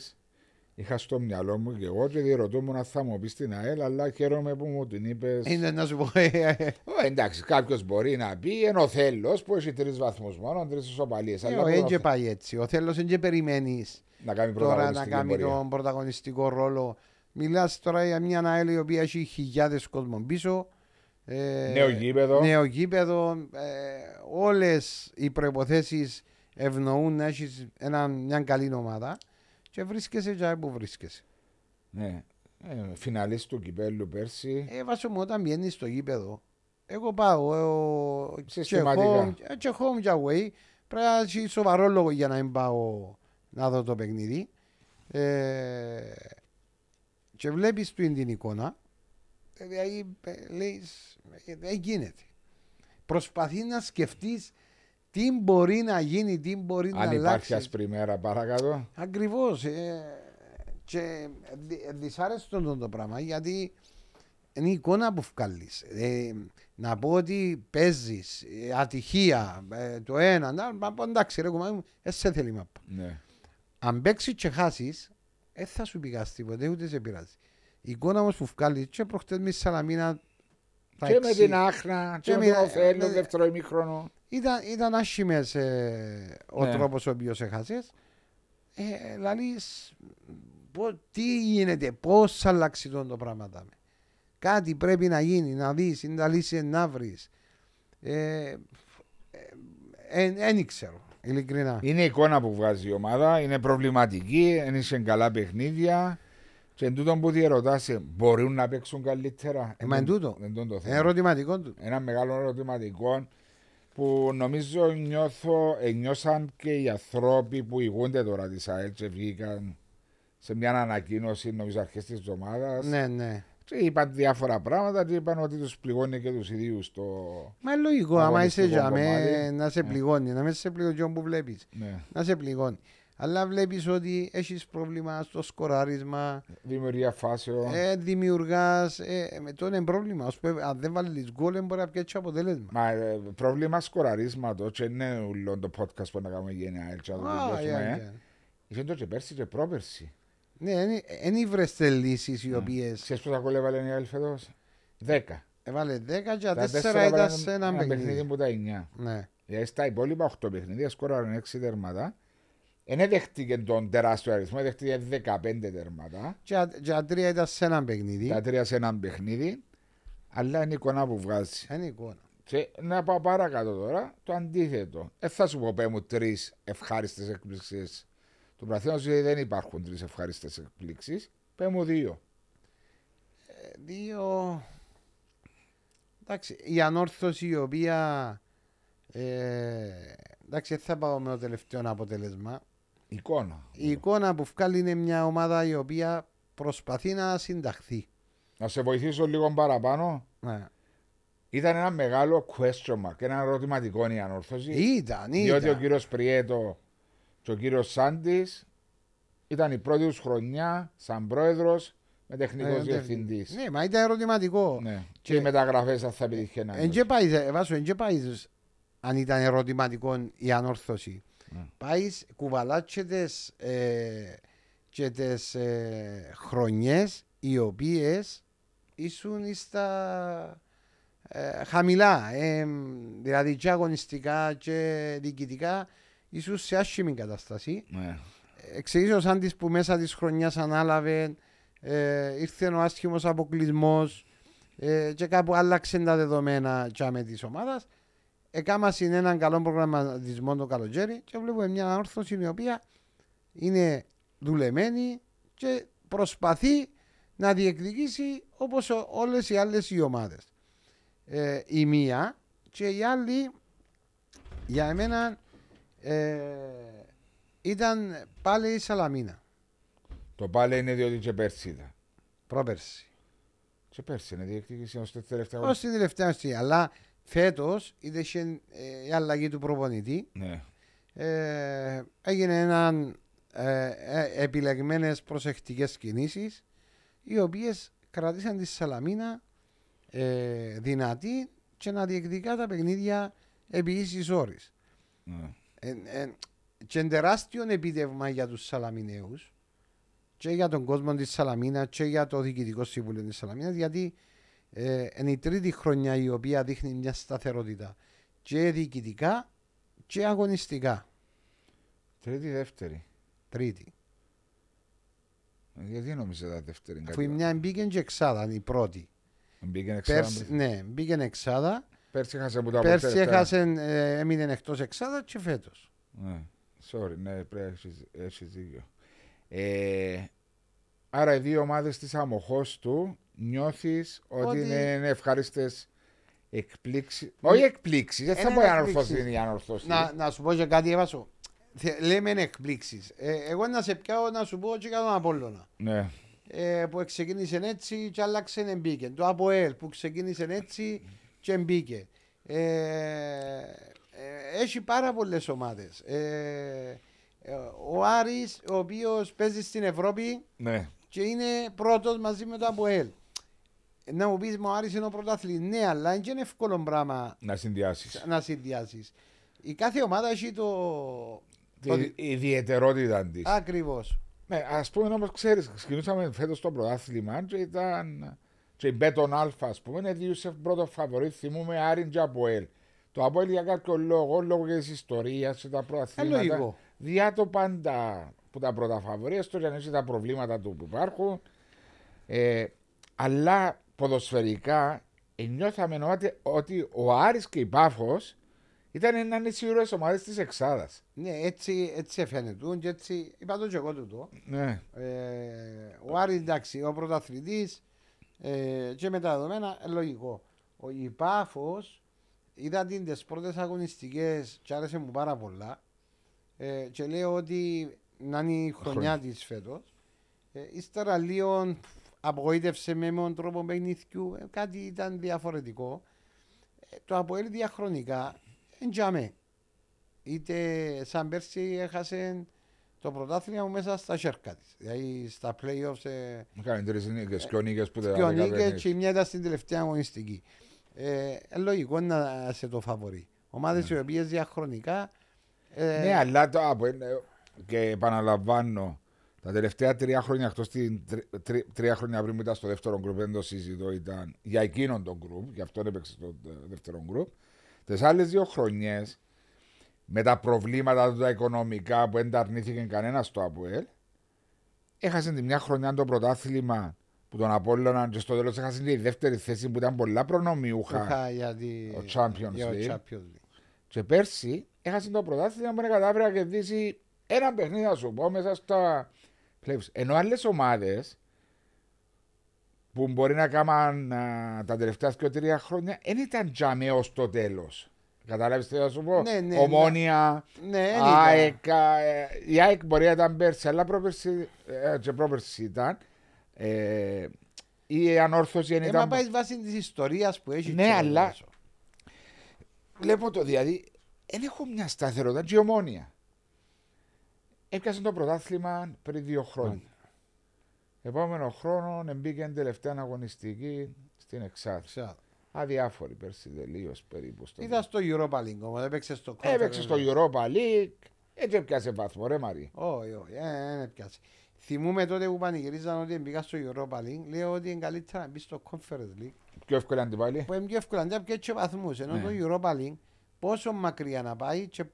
είχα στο μυαλό μου και εγώ και διερωτούμουν αν θα μου πεις την ΑΕΛ, αλλά χαίρομαι που μου την είπες. Είναι να σου πω. ε, ε, ε, εντάξει, κάποιος μπορεί να πει ενώ θέλω που έχει τρεις βαθμούς μόνο, τρεις ισοπαλίες. Ε, Ο Έντζε πάει έτσι. Ο Θέλος δεν περιμένεις να κάνει τώρα να πρωταγωνιστική κάνει πορεία. τον πρωταγωνιστικό ρόλο. Μιλάς τώρα για μια ΑΕΛ η οποία έχει χιλιάδες κόσμων πίσω. Ε, Νέο γήπεδο. Νέο γήπεδο. Όλες οι προποθέσει ευνοούν να έχεις μια καλή ομάδα. Και βρίσκεσαι για που βρίσκεσαι. Ναι. Ε, φιναλίστ του κυπέλου πέρσι. Ε, βάσο μου, όταν βγαίνεις στο γήπεδο, εγώ πάω. ε, ο- και Συστηματικά. home- ε, Και home και away. Πρέπει να έχει σοβαρό λόγο για να μην πάω να δω το παιχνίδι. Ε, και βλέπεις του την εικόνα. ε, Δηλαδή, λέει, δεν γίνεται. Προσπαθεί να σκεφτείς τι μπορεί να γίνει, τι μπορεί να Αν υπάρχει αλλάξει. άσπρη μέρα παρακάτω. Ακριβώς. Ε, και δι- δυσάρεστο το, το πράγμα γιατί είναι η εικόνα που βγάλεις. Ε, να πω ότι παίζεις ατυχία ε, το ένα, να να πω εντάξει, ρε κομμάτι μου, ε, σε θέλει να πω. Ναι. Αν παίξεις και χάσεις, δεν θα σου πηγάσει τίποτε, ούτε σε πειράζει. Η εικόνα όμως που βγάλεις, και προχτές με τη Σαλαμίνα. τα Και με εξή- την άχνα, και, Και ε, με με- τον Οθέλο, με- δεύτερο ημίχρονο. Ήταν, ήταν άσχημες ε, ο Ναι. τρόπος ο οποίος έχασες. ε, λαλείς, πω, τι γίνεται, πώς θα αλλάξει τον το πράγμα. δάμε. Κάτι πρέπει να γίνει, να δεις, είναι τα λύση να βρεις. Ε, εν, εν ξέρω, ειλικρινά. Είναι η εικόνα που βγάζει η ομάδα, είναι προβληματική, δεν είσαι καλά παιχνίδια. Και εν τούτον που διερωτάσαι, μπορούν να παίξουν καλύτερα. Ε, μα εν τούτο. Εν τούτο το Είναι θέμα. ερωτηματικό του. Ένα μεγάλο ερωτηματικό που νομίζω νιώθω, ε, νιώσαν και οι άνθρωποι που ηγούνται τώρα της ΑΕΛ και βγήκαν σε μια ανακοίνωση νομίζω αρχές της εβδομάδας Ναι, ναι. και είπαν διάφορα πράγματα και είπαν ότι τους πληγώνει και τους ίδιους το... Μα είναι λογικό, Να άμα βάλεις είσαι το για κομμάτι. να σε Ναι. πληγώνει, να μην σε πληγώνει όπου βλέπεις. Ναι. Να σε πληγώνει. Αλλά βλέπεις ότι έχεις πρόβλημα στο σκοράρισμα, Δημιουργία φάσεων. ε, δημιουργάς, ε, με τον είναι πρόβλημα. Ως που, αν δεν βάλεις γκολ, δεν μπορεί να πιέτσι αποτέλεσμα. Μα ε, πρόβλημα σκοραρίσματος και είναι ούλο το podcast που να κάνουμε γενιά έτσι να το Α, τελειώσουμε. για, ε. για. Είχε το και πέρσι και πρόπερσι. Ναι, δεν ήβρεστε λύσεις Ναι. οι οποίες Ξέρεις πόσα γκολ έβαλε η ΑΕΛ φέτος. Δέκα. έβαλε 10 και Τα 4 τέσσερα ήταν έβαλαν σε ένα παιχνίδι. που τα εννιά. Ναι. Δηλαδή στα υπόλοιπα 8 παιχνίδια σκόραραν 6 τέρματα. Δεν δέχτηκε τον τεράστιο αριθμό, δέχτηκε 15 τέρματα. Και, και τα τρία ήταν σε ένα παιχνίδι. Τα τρία σε ένα παιχνίδι. Αλλά είναι η εικόνα που βγάζει. Είναι εικόνα. Και να πάω παρακάτω τώρα, το αντίθετο. Ε, θα σου πω πέ μου τρεις ευχάριστες εκπλήξεις. Του Πραθένου δηλαδή δεν υπάρχουν τρεις ευχάριστες εκπλήξεις. Πέ μου δύο. Ε, Δύο. Εντάξει, η ανόρθωση η οποία. Ε, εντάξει, δεν θα πάω με το τελευταίο αποτέλεσμα. Εικόνα. Η εικόνα που βγάλει είναι μια ομάδα η οποία προσπαθεί να συνταχθεί. Να σε βοηθήσω λίγο παραπάνω. Ναι. Ήταν ένα μεγάλο question mark, ένα ερωτηματικό η ανόρθωση. Ήταν, Διότι ο ήταν. κύριος Πριέτο και ο κύριος Σάντης ήταν η πρώτη τους χρονιά σαν πρόεδρος με τεχνικός Ε, διευθυντής. Ναι, μα ήταν ερωτηματικό. Ναι. Και, Και- οι μεταγραφές θα επιτύχει ένα. Εν και πάει, ε, βάσου, εν και πάει αν ήταν ερωτηματικό η ανόρθωση. Ναι. Πάει, κουβαλά και τις, ε, και τις ε, χρονιές οι οποίες ήσουν στα ε, χαμηλά, ε, μ, δηλαδή και αγωνιστικά και διοικητικά, ήσουν σε άσχημη κατάσταση. Ναι. Εξηγήσω σαν της που μέσα της χρονιάς ανάλαβε, ε, ήρθε ο άσχημος αποκλεισμός ε, και κάπου άλλαξε τα δεδομένα τσάμε της ομάδας. Εκάμα είναι έναν καλό προγραμματισμό το καλοκαίρι και βλέπουμε μια ανόρθωση η οποία είναι δουλεμένη και προσπαθεί να διεκδικήσει όπως ο- όλες οι άλλες οι ομάδες. Ε, η μία και η άλλη για εμένα ε, ήταν πάλι η Σαλαμίνα Το πάλι είναι διότι και πέρσι ήταν. πρόπερση. Και Πέρσι ναι, είναι διεκδίκηση ως τελευταία. Ως την τελευταία στιγμή. Αλλά φέτος είδε ε, η αλλαγή του προπονητή. Ναι. Ε, έγινε έναν ε, ε, επιλεγμένες προσεκτικές κινήσεις οι οποίες κρατήσαν τη Σαλαμίνα ε, δυνατή και να διεκδικά τα παιχνίδια επί ίσης όρης. ναι. Ε, ε, και εν τεράστιο επίτευγμα για τους Σαλαμινέους και για τον κόσμο της Σαλαμίνα και για το Διοικητικό Συμβούλιο της Σαλαμίνας γιατί ε, είναι η τρίτη χρονιά η οποία δείχνει μια σταθερότητα και διοικητικά και αγωνιστικά. Τρίτη, δεύτερη. Τρίτη. Γιατί νόμιζε τα δεύτερη. είναι Αφού η κάτι μια μπήκε και εξάδα, είναι η πρώτη. άλλο. Μπήκε εξάδα. Πέρσι, ναι, μπήκε εξάδα. Πέρσι έχασε που τα Πέρσι αποτελέσματα. έχασε, ε, έμεινε εκτός εξάδα και φέτος. Ναι. Sorry, ναι, πρέπει να έχεις δίκιο. Ε, άρα οι δύο ομάδες της αμοχώς του νιώθεις ότι, Ότι- είναι, ευχαρίστε εκπλήξει. Όχι εκπλήξεις, δεν θα Είναι μπορεί να εκπλήξεις. ανορθώσει την ανορθώση. Να, να σου πω και κάτι, Εύασο. Θε- Λέμε εκπλήξεις. Ε, εγώ να σε πιάω να σου πω και για τον Απόλλωνα. Ναι. Ε, που ξεκίνησε έτσι και άλλαξε και μπήκε. Το ΑΠΟΕΛ που ξεκίνησε έτσι και μπήκε. Ε, ε, έχει πάρα πολλές ομάδες. ε, ο Άρης, ο οποίος παίζει στην Ευρώπη, ναι. και είναι πρώτος μαζί με το Αποέλ. Να μου πεις, μου άρεσε ο πρωταθλητής. Ναι, αλλά είναι και ένα εύκολο πράγμα Να συνδυάσεις. να συνδυάσεις. Η κάθε ομάδα έχει το. Η ιδιαιτερότητα της. Ακριβώς. Ναι, ας πούμε όμω, ξέρεις, ξεκινούσαμε φέτος το πρωτάθλημα και ήταν. και η Μπέτον Α, ας πούμε, είναι δύο σε πρώτο φαβορή. Θυμούμε Άριν και Αποέλ. Το Αποέλ για κάποιο λόγο, λόγω και της ιστορίας και τα Ε, πρωταθλήματα. λογικό. Διά το πάντα που τα πρώτα φαβορία, το αν έχει τα προβλήματα του που υπάρχουν. Ε, αλλά ποδοσφαιρικά ε, νιώθαμε ότι, ότι ο Άρης και η Πάφος ήταν έναν ισχυρές ομάδες της Εξάδας. Ναι, έτσι, έτσι φαίνεται. Και έτσι, είπα το και εγώ τούτο. Ναι. Ε, ο Άρης εντάξει, ο πρωταθλητής ε, και με τα δεδομένα, ε, λογικό. Ο Ιπάφο είδα την τις πρώτες αγωνιστικές και άρεσε μου πάρα πολλά. Ε, και λέω ότι να είναι η χρονιά της φέτος. Ε, ύστερα λίγο απογοήτευσε με με τον τρόπο παιχνιδιού. Ε, κάτι ήταν διαφορετικό. Ε, το Αποέλ διαχρονικά εντιαμέ. Είτε σαν πέρσι έχασε το πρωτάθλημα μου μέσα στα σέρκα της. Δηλαδή στα playoffs. Ε, Είχαμε τρεις νίκες και ο νίκες που δεν και ο τα Νίκες και καταφέρνεις. η μια ήταν στην τελευταία αγωνιστική. Ε, ε, λογικό να σε το φαβορεί. Ομάδες οι οποίες διαχρονικά. Ε, Ναι, αλλά το από είναι- και επαναλαμβάνω, τα τελευταία τρία χρόνια, εκτός την τρι- τρι- τρία χρόνια πριν που ήταν στο δεύτερο γκρουπ, δεν το συζητώ, ήταν για εκείνον τον γκρουπ, γι' αυτό έπαιξε στο ε, δεύτερο γκρουπ. Τις άλλες δύο χρονιές, με τα προβλήματα του τα οικονομικά που δεν τα αρνήθηκε κανένας στο ΑΠΟΕΛ, έχασε τη μια χρονιά το πρωτάθλημα που τον Απόλλωνα και στο τέλος έχασε και η δεύτερη θέση που ήταν πολλά προνομιούχα. είχα για τη- Ο Champions για το League. Champions League. Και πέρσι έχασε το πρωτάθλημα που δεν κατάφερε να κερδίσει ένα παιχνίδι, να σου πω, μέσα στα playoffs. Ενώ άλλες ομάδες που μπορεί να κάμαν α, τα τελευταία δύο τρία χρόνια δεν ήταν τζαμέ ως το τέλος. Κατάλαβες τι θα σου πω. Ναι, ναι, Ομόνια, Ναι, δεν ήταν. ΑΕΚ. ε, Η ΑΕΚ μπορεί να ήταν πέρσι, αλλά πρόπερσι, ε, και πρόπερσι ήταν. Ε, η ανόρθωση δεν Ε, ήταν. μα πάει βάσει της ιστορίας που έχει. Ναι, και αλλά- όλο. Βλέπω το δηλαδή, δεν έχω μια σταθερότητα και η ομόνια. Έπιασε το πρωτάθλημα πριν δύο χρόνια. Ναι. Επόμενο χρόνο μπήκε τελευταία αγωνιστική στην Εξάρτηση. Ξέρω. Αδιάφορη πέρσι τελείως περίπου. Στο Ήταν στο Europa League όμως, έπαιξε στο Ναι. Conference Έπαιξε στο League. Europa League, έτσι έπιασε βαθμό, ρε Μαρή. Όχι, όχι, ε, δεν έπιασε. Θυμούμαι τότε που πανηγυρίζαν ότι μπήκα στο Europa League, λέω ότι είναι καλύτερα να μπεις στο Conference League, Πιο εύκολα την πάλι. που είναι πιο εύκολα, να πιέτσι και βαθμούς, ενώ Ναι. το Europa League πόσο μακριά να πάει και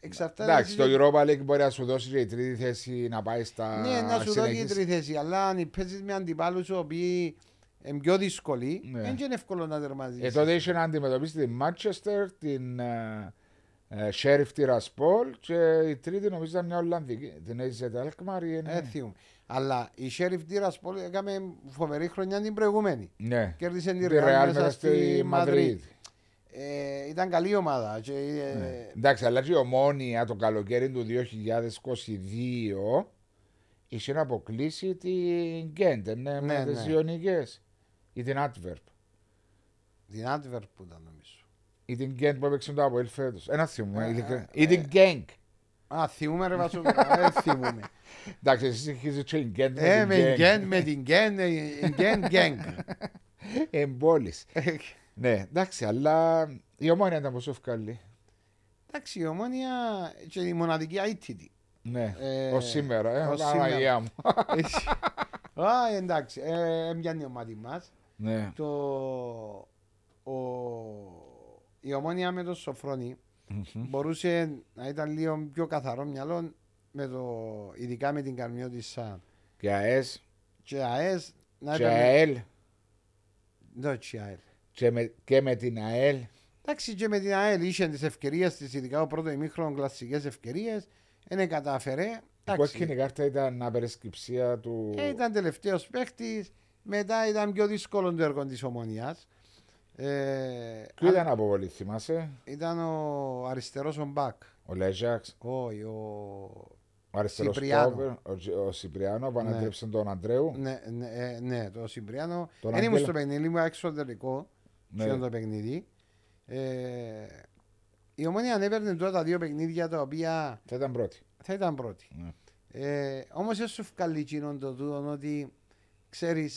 εξαρτάται... Εντάξει, το εσύ- Europa League μπορεί να σου δώσει και η τρίτη θέση να πάει στα. Ναι, να σου δώσει συνεχείς. τρίτη θέση, αλλά αν παίζεις με αντιπάλους οι οποίοι είναι πιο δύσκολοι, Ναι. δεν είναι εύκολο να τερματίσεις. Ε, τότε είχε να αντιμετωπίσεις τη Μάντσεστερ, την ε, ε, Sheriff τη Ρασπόλ και η τρίτη νομίζω ήταν μια Ολλανδική. Την έζησε τα Αλκμαρ ή Ε, θυμούμαι. Αλλά η Sheriff Tiraspol έκαμε φοβερή χρονιά την προηγούμενη. Ναι. Κέρδισε Τη την Real Ρεάλ μέσα στη Μαδρίτη. Μαδρίτη. Ε, ήταν καλή ομάδα. Και, ε, Ναι. Εντάξει, αλλά και η Ομόνια το καλοκαίρι του 2022 είχε να αποκλείσει την Γκέντ, ναι, Ναι, με τις ναι. Ιωνικές. Ή την Antwerp. Την Adverb που ήταν νομίζω. Ή την Γκέντ που έπαιξε το Αποέλ φέτος. Ένα θυμούμαι, Ε, ειλικρινά. ε, Ή την Γκέντ. Α, θυμούμε (laughs) ρε Ε, Βασό, δεν θυμούμε. Εντάξει, εσύ συγχύζεις και η Γκέντ με την Ε, με την Γκέν, με την Γκέν, ε, η Γκέν Γκέν. Εμπόλης. Ε, Ναι, εντάξει, αλλά η ομόνια ήταν πόσο ευκαλή. Εντάξει, η Ομόνια και η μοναδική ITD. Ναι, Ε, ως σήμερα. Ε, ως Παναγία σήμερα. μου. (laughs) Έτσι. Α, εντάξει, ε, μοιάζει η ομάδα μας. Ναι. Το, ο, η Ομόνια με τον Σοφρόνη μπορούσε να ήταν λίγο πιο καθαρό μυαλό, με το, ειδικά με την Καρμιώτισσα Και ΑΕΣ, και ΑΕΣ. Να και έπαιρνε- ΑΕΛ, Ναι, και ΑΕΣ. και με, και με την ΑΕΛ. Εντάξει, και με την ΑΕΛ είχε τις ευκαιρίες της, ειδικά ο πρώτο ημίχρονο, κλασικές ευκαιρίες. Δεν κατάφερε. Η κόκκινη Εντάξει, κάρτα ήταν απερισκυψία του... ε, ήταν τελευταίος παίχτης. Μετά ήταν πιο δύσκολο το έργο της ομονίας. Ε, Ποιο α- ήταν από πολύ, θυμάσαι, ήταν ο αριστερός ο Μπακ. ο Λέζαξ, Όχι, ο. ο αριστερός Σιπριάνο. Στόπερ, ο, Τζι- ο Σιπριάνο που ανατρέψε τον Αντρέου. Ναι, ναι, ε, ναι, το Συμπριάνο. Τον Δεν ήμουν Αγγέλα. στο παιχνίδι, ήμουν εξωτερικό. Ναι. Ναι. το παιχνίδι. Ε, η ομονία ανέβαινε τώρα τα δύο παιχνίδια τα οποία Θα ήταν πρώτη. θα ήταν πρώτη. Ναι. Ε, Όμως έσου βγάλει εκείνον το τούτον ότι ξέρεις.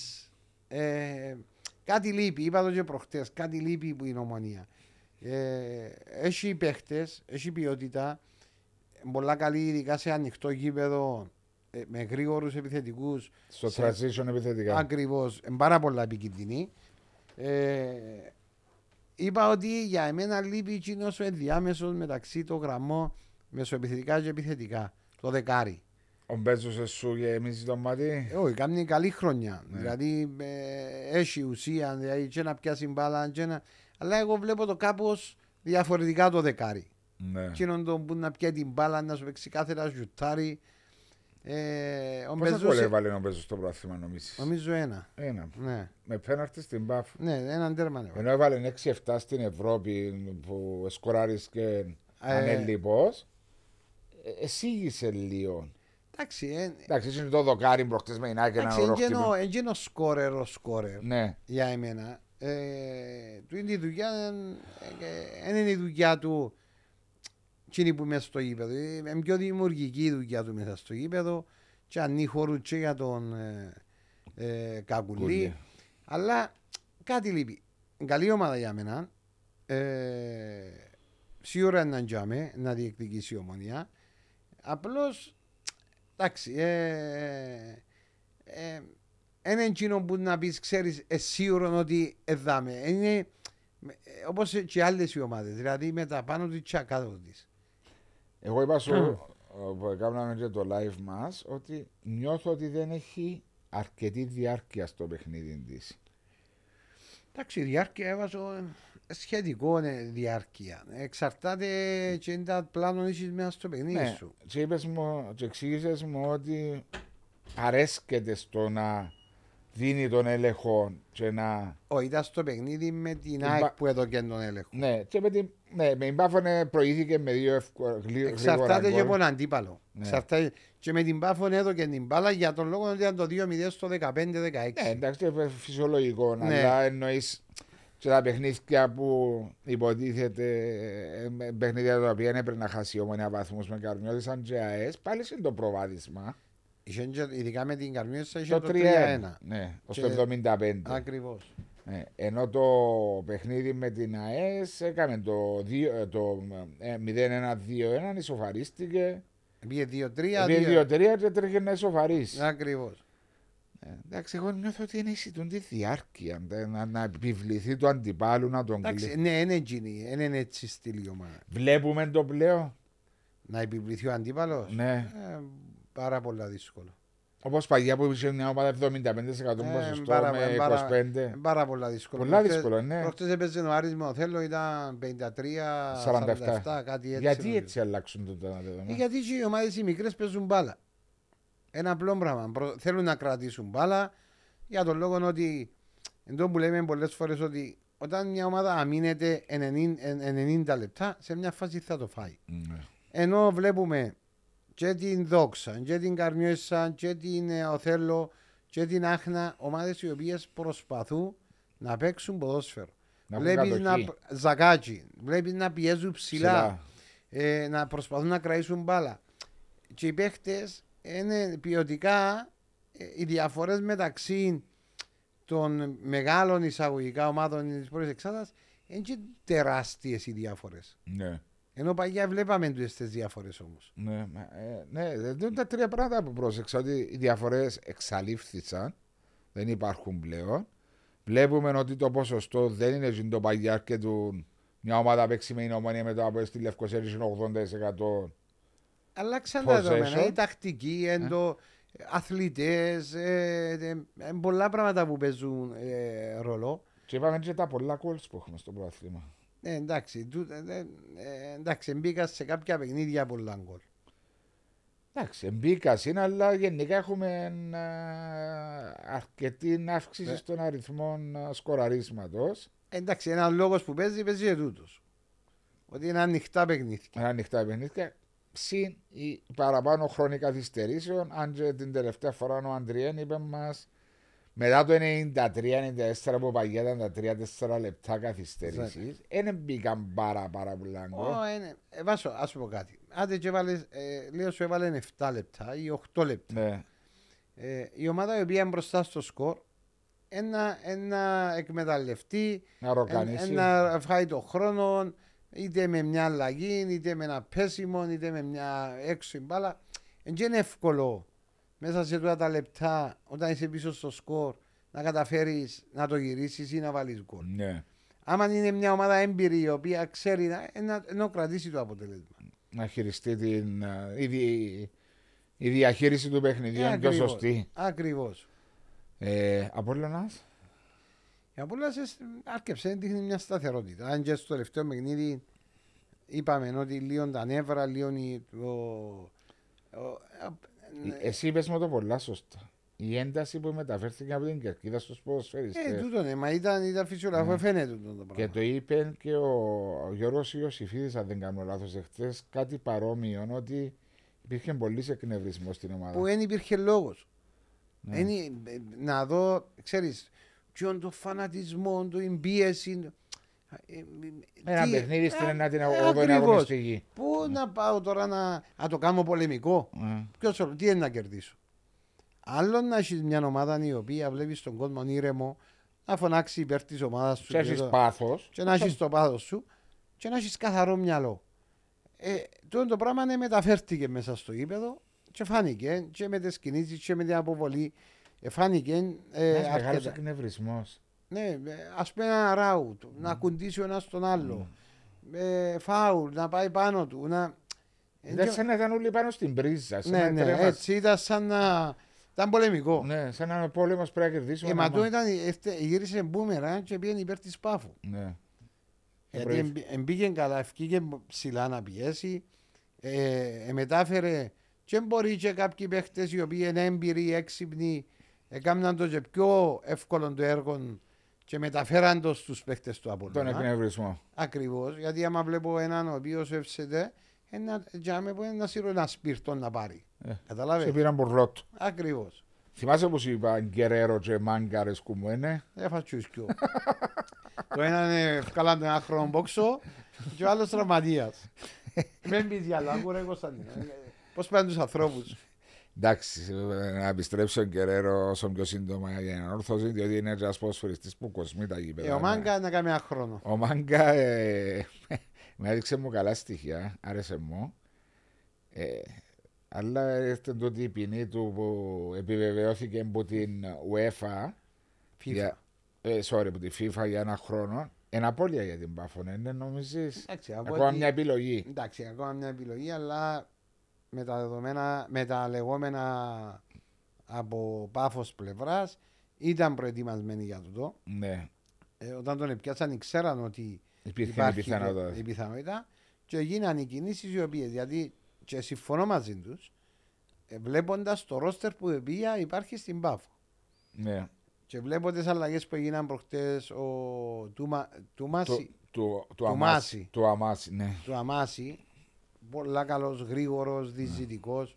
Ε, κάτι λείπει, είπα το και προχτές, κάτι λείπει που είναι ομονία. Ε, έχει παίχτες, έχει ποιότητα. Πολλά καλή, ειδικά σε ανοιχτό γήπεδο, ε, με γρήγορους επιθετικούς. Στο Σε- transition επιθετικά. Ακριβώς, πάρα πολλά επικίνδυνη. Ε, είπα ότι για εμένα λείπει εκείνος ο ενδιάμεσος μεταξύ των γραμμών μεσοεπιθετικά και επιθετικά. Το δεκάρι. Ο Ο Μπέζος σου και εμείς το μάτι. Ε, Όχι, κάνει καλή χρονιά. Ναι. Δηλαδή ε, έχει ουσία, δηλαδή και να πιάσει μπάλα, και να... αλλά εγώ βλέπω το κάπως διαφορετικά το δεκάρι. Ναι. Εκείνον τον που να πιάει την μπάλα, να σου παίξει κάθε ένα ζουτάρι. Ε, ο Πόσα Μπεζούς- κόλλε έβαλε ο Μπέζος στο πρόθυμα νομίζεις. νομίζω ένα. Ένα. Ναι, Με πέναρτη στην ΠΑΦ. ναι έναν τέρμα. έβαλε. Ενώ έβαλε 6-7 στην Ευρώπη που σκοράρισκε ανελίπως. ε, Εσύγησε λίγο. Εντάξει, εν- Εντάξει, είναι το δοκάρι προχτές με Ινάκη ένα εντάξει, εν ωραίο και χτύπημα. εννοώ- εν και εννοώ σκόρερ ο σκόρερ Ναι. για εμένα. Ε, του είναι η δουλειά, εν- ε, εν είναι η δουλειά του εκείνη που μέσα στο γήπεδο. Ε, Είναι πιο δημιουργική η δουλειά του μέσα στο γήπεδο και ανήχωρου και για τον ε, ε, Κακουλή. Κουλή. Αλλά κάτι λείπει. Καλή ομάδα για μένα. Ε, σίγουρα να τζάμε, να διεκδικήσει η ομονία. Απλώς, εντάξει, ε, ε, είναι εκείνο που να πεις, ξέρεις, σίγουρο ότι εδάμε. Είναι όπως και άλλες οι ομάδες. Δηλαδή με τα πάνω της και τα κάτω της. Εγώ είπα σου που έκαναμε και το live μας ότι νιώθω ότι δεν έχει αρκετή διάρκεια στο παιχνίδι της. Εντάξει, η διάρκεια έβαζω σχετικό ναι, διάρκεια. Εξαρτάται και είναι τα πλάνο είσαι μέσα στο παιχνίδι Ναι, σου. και είπες μου, και εξήγησες μου ότι αρέσκεται στο να δίνει τον έλεγχο και να. Όχι, ήταν στο παιχνίδι με την Την ΑΕΚ πα- που έδωκε τον έλεγχο. Ναι, και με την. Ναι, με την Πάφωνε προηγήθηκε με δύο ευκο- γλύ- γρήγορα Εξαρτάται και γκολ. από τον αντίπαλο. Ναι. Εξαρτάται- Και με την Πάφων έδωκε την μπάλα για τον λόγο ότι ήταν το 2-0 στο 15-16. Ναι, εντάξει, είναι φυσιολογικό. Ναι. Αλλά εννοείς και τα παιχνίδια που υποτίθεται ε, ε, παιχνίδια τα οποία έπρεπε να χάσει η ομονία βαθμού με καρμιώδη σαν GIS, πάλι είναι το προβάδισμα. Είχε και- Ειδικά με την Καρμίωσα είχε Το 3-1. 3-1. Ναι, ως Και- το 75. Ακριβώς. Ναι. Ενώ το παιχνίδι με την ΑΕΣ έκανε το, δύο- ε, το ε, 0-1-2-1, ισοφαρίστηκε. Πήγε 2-3. Επίε 2-3 και τρέχει να ισοφαρίσει. Ναι. Ακριβώς. Ε, Εντάξει, εγώ νιώθω ότι είναι ισητούν τη διάρκεια δε, να, να επιβληθεί του αντιπάλου να τον κλείσει. Εντάξει, ναι, είναι εκείνη. Δεν είναι έτσι στυλ η ομάδα. Βλέπουμε το πλέον. Να επιβληθεί ο αντίπαλος. Ναι. πάρα πολύ δύσκολο. Όπως παγιά που είχε μια ομάδα 75% Ε, ποσοστό πάρα- με πάρα- 25. Ε, Πάρα πολύ δύσκολο. Ναι. Πολλά Προχτές- δύσκολο, ναι. Προχτές έπαιζε ο Άρης με ο Θέλω, ήταν 53, 47, 47, κάτι έτσι. Γιατί νομίζω. έτσι αλλάξουν τότε τα Ε, δεδομένα. γιατί και οι ομάδες οι μικρές παίζουν μπάλα. Ένα απλό πράγμα. Προ- Θέλουν να κρατήσουν μπάλα για τον λόγο ότι εντό που λέμε πολλές φορές ότι όταν μια ομάδα αμήνεται 90, εν- 90 λεπτά, σε μια φάση θα το φάει. Ναι. Ενώ βλέπουμε και την Δόξα, και την Καρμιώσα, και την ε, Οθέλο, και την Άχνα, ομάδες οι οποίες προσπαθούν να παίξουν ποδόσφαιρο. Να έχουν βλέπεις να, κατοχή. π- ζακάκι, βλέπεις να πιέζουν ψηλά, ε, να προσπαθούν να κραίσουν μπάλα. Και οι παίχτες είναι ποιοτικά ε, οι διαφορές μεταξύ των μεγάλων εισαγωγικά ομάδων της πρώτης εξάδας είναι και τεράστιες οι διαφορές. Ναι. Ενώ παλιά βλέπαμε τις διάφορες όμως. Ναι, μα, ε, ναι, δεν είναι τα τρία πράγματα που πρόσεξα ότι οι διαφορές εξαλείφθησαν, δεν υπάρχουν πλέον. Βλέπουμε ότι το ποσοστό δεν είναι ζουν το παγιά και του μια ομάδα παίξει με την ομόνια με το από στη Λευκοσία είναι 80%. Αλλάξαν τα δεδομένα. Possession. Η τακτική, έντο, αθλητές, ε, πολλά πράγματα που παίζουν ε, ρόλο. Και είπαμε και τα πολλά κόλτ που έχουμε στο πρωτάθλημα. Ε, εντάξει, του- ε, ε, ε, εντάξει, μπήκα σε κάποια παιχνίδια πολλά γκολ. Εντάξει, μπήκα είναι, αλλά γενικά έχουμε ε, αρκετή αύξηση Ναι. των αριθμών σκοραρίσματο. Ε, εντάξει, ένας λόγος που παίζει, παίζει και τούτος. Ότι είναι ανοιχτά παιχνίδια. ανοιχτά παιχνίδια. Συν οι παραπάνω χρόνια καθυστερήσεων, αν και την τελευταία φορά ο Αντριέν είπε μας μετά το 93-94 που παλιά ήταν τα 3-4 λεπτά καθυστερήσεις, δεν μπήκαν πάρα, πάρα πολλά γκολ. Ναι. Ω, είναι- ε, Βάσο, ας σου πω κάτι. Άντε, και βάλες, ε, λέω σου έβαλε 7 λεπτά ή 8 λεπτά. Ναι. Ε, η ομάδα η οποία είναι μπροστά στο σκορ ένα, ένα εκμεταλλευτεί, Να ροκανίσει. ένα φάει το χρόνο, είτε με μια αλλαγή, είτε με ένα πέσιμο, είτε με μια έξω η μπάλα. Εν και είναι εύκολο μέσα σε τούτα τα λεπτά, όταν είσαι πίσω στο σκορ, να καταφέρεις να το γυρίσεις ή να βάλεις γκολ. Ναι. Άμα είναι μια ομάδα έμπειρη η οποία ξέρει να, ε, να, ενώ κρατήσει το αποτέλεσμα. Να χειριστεί την. ε, ήδη Η διαχείριση του Ε, παιχνιδιού Ε, είναι πιο σωστή. Ακριβώς. Ε, Απόλλωνας, Η Απόλλωνας εσ- άρκεψε, δείχνει μια σταθερότητα. Αν και στο τελευταίο παιχνίδι είπαμε ότι λίγο τα νεύρα, λίγο η- το... ο- α- εσύ είπες μου το πολλά σωστά. Η ένταση που μεταφέρθηκε από την Κερκίδα στους ποδοσφαιριστές. Ε, τούτο ναι, μα ήταν, ήταν φυσιογραφικό, φαίνεται τούτο το Ναι. Και πράγμα. το είπε και ο, ο Γιώργος Ιωσήφιδης, αν δεν κάνω λάθος, εχθές κάτι παρόμοιο, ότι υπήρχε πολύς εκνευρισμός στην ομάδα. Που ε, δεν υπήρχε λόγος. Ναι. ε, Να δω, ξέρεις, ποιον το φανατισμό, το εμπίεση. ε, ε, Ένα τι- παιχνίδι στην α, ενάτη ε, ογδόη ακριβώς. αγωνιστική. Πού να πάω τώρα να, να το κάνω πολεμικό. Ε, Ποιος, ο- τι είναι να κερδίσω. Άλλο να έχεις μια ομάδα η οποία βλέπεις τον κόσμο ήρεμο να φωνάξει υπέρ της ομάδας σου Και έχεις το- πάθος. και να έχεις το πάθος σου και να έχεις καθαρό μυαλό. Ε, τούτο το πράγμα ναι, μεταφέρθηκε μέσα στο γήπεδο και φάνηκε και με τις κινήσεις και με την αποβολή. Ε, φάνηκε ε, Ένας μεγάλος αρκετά. εκνευρισμός. Ναι, ας πούμε ένα ράουτ, Ναι. να κουντήσει ο ένας τον άλλο. Ε, φάουλ, να πάει πάνω του. Να... Ε, Δεν και- σαν να ήταν όλοι πάνω στην πρίζα. σαν ναι, να ναι, τρέμας. έτσι ήταν σαν να. ήταν πολεμικό. Ναι, σαν ένα πόλεμος πρέπει να κερδίσουμε. Ε, να μα το μα- ήταν, έφτε- γύρισε μπούμερα και πήγαινε υπέρ της πάφου. Ναι. Γιατί προείπε. εμπ- εμπήκε καλά, ευκήκε ψηλά να πιέσει, ε, ε, μετάφερε και μπορεί και κάποιοι παίχτες οι οποίοι είναι έμπειροι, έξυπνοι, έκαναν το και πιο εύκολο το έργο και μεταφέραν το στους παίχτες του Τον Απόλλωνα. εκνευρισμό. Ακριβώς, γιατί άμα βλέπω έναν ο οποίος εύσεται, ένα τζάμε που είναι να σύρω ένα σπίρτο να πάρει. Ε, Σε Καταλάβες, πήραν μπουρλότ. ακριβώς. Θυμάσαι που σου είπα Γκερέρο και Μάγκαρες κουμουένε. Δεν θα τσούσκιο. Το ένα είναι ευκάλαν τον άχρονο μπόξο και ο άλλος τραυματίας. Μην πεις για λάγκο ρε Κωνσταντίνο. Πώς πάνε τους ανθρώπους. Εντάξει, ε, να επιστρέψει ο Γκερέρο όσο πιο σύντομα για να όρθωση, διότι είναι ένας ποδοσφαιριστή που κοσμεί τα Ε, γήπεδα. ναι. Ο Μάγκα να κάνει ένα χρόνο. Ο Μάγκα ε, με έδειξε μου καλά στοιχεία, άρεσε μου. Ε, αλλά έρθεν τούτη η ποινή του που επιβεβαιώθηκε από την UEFA. FIFA. για- ε, sorry, από τη FIFA για ένα χρόνο. Ένα απώλεια για την Πάφο, ναι, ναι, νομίζεις. Εντάξει, από Ακόμα ότι- μια επιλογή. Εντάξει, ακόμα μια επιλογή, αλλά με τα δεδομένα, με τα λεγόμενα από πάφος πλευράς ήταν προετοιμασμένοι για τούτο. Ναι, Ε, όταν τον επιάσαν, ξέραν ότι υπήρχε η πο- πιθανότητα. η πιθανότητα και γίνανε οι κινήσεις οι οποίες. Γιατί και συμφωνώ μαζί τους, βλέποντας το ρόστερ που επία υπάρχει στην Πάφο. Ναι. Και βλέπω τις αλλαγές που έγιναν προχτές ο Τούμα, Του, Τούμαση, του, του, Του αμάσι. Μάση. Του αμάσι, ναι. του Αμάση, πολλά καλό, γρήγορο, διζητικό.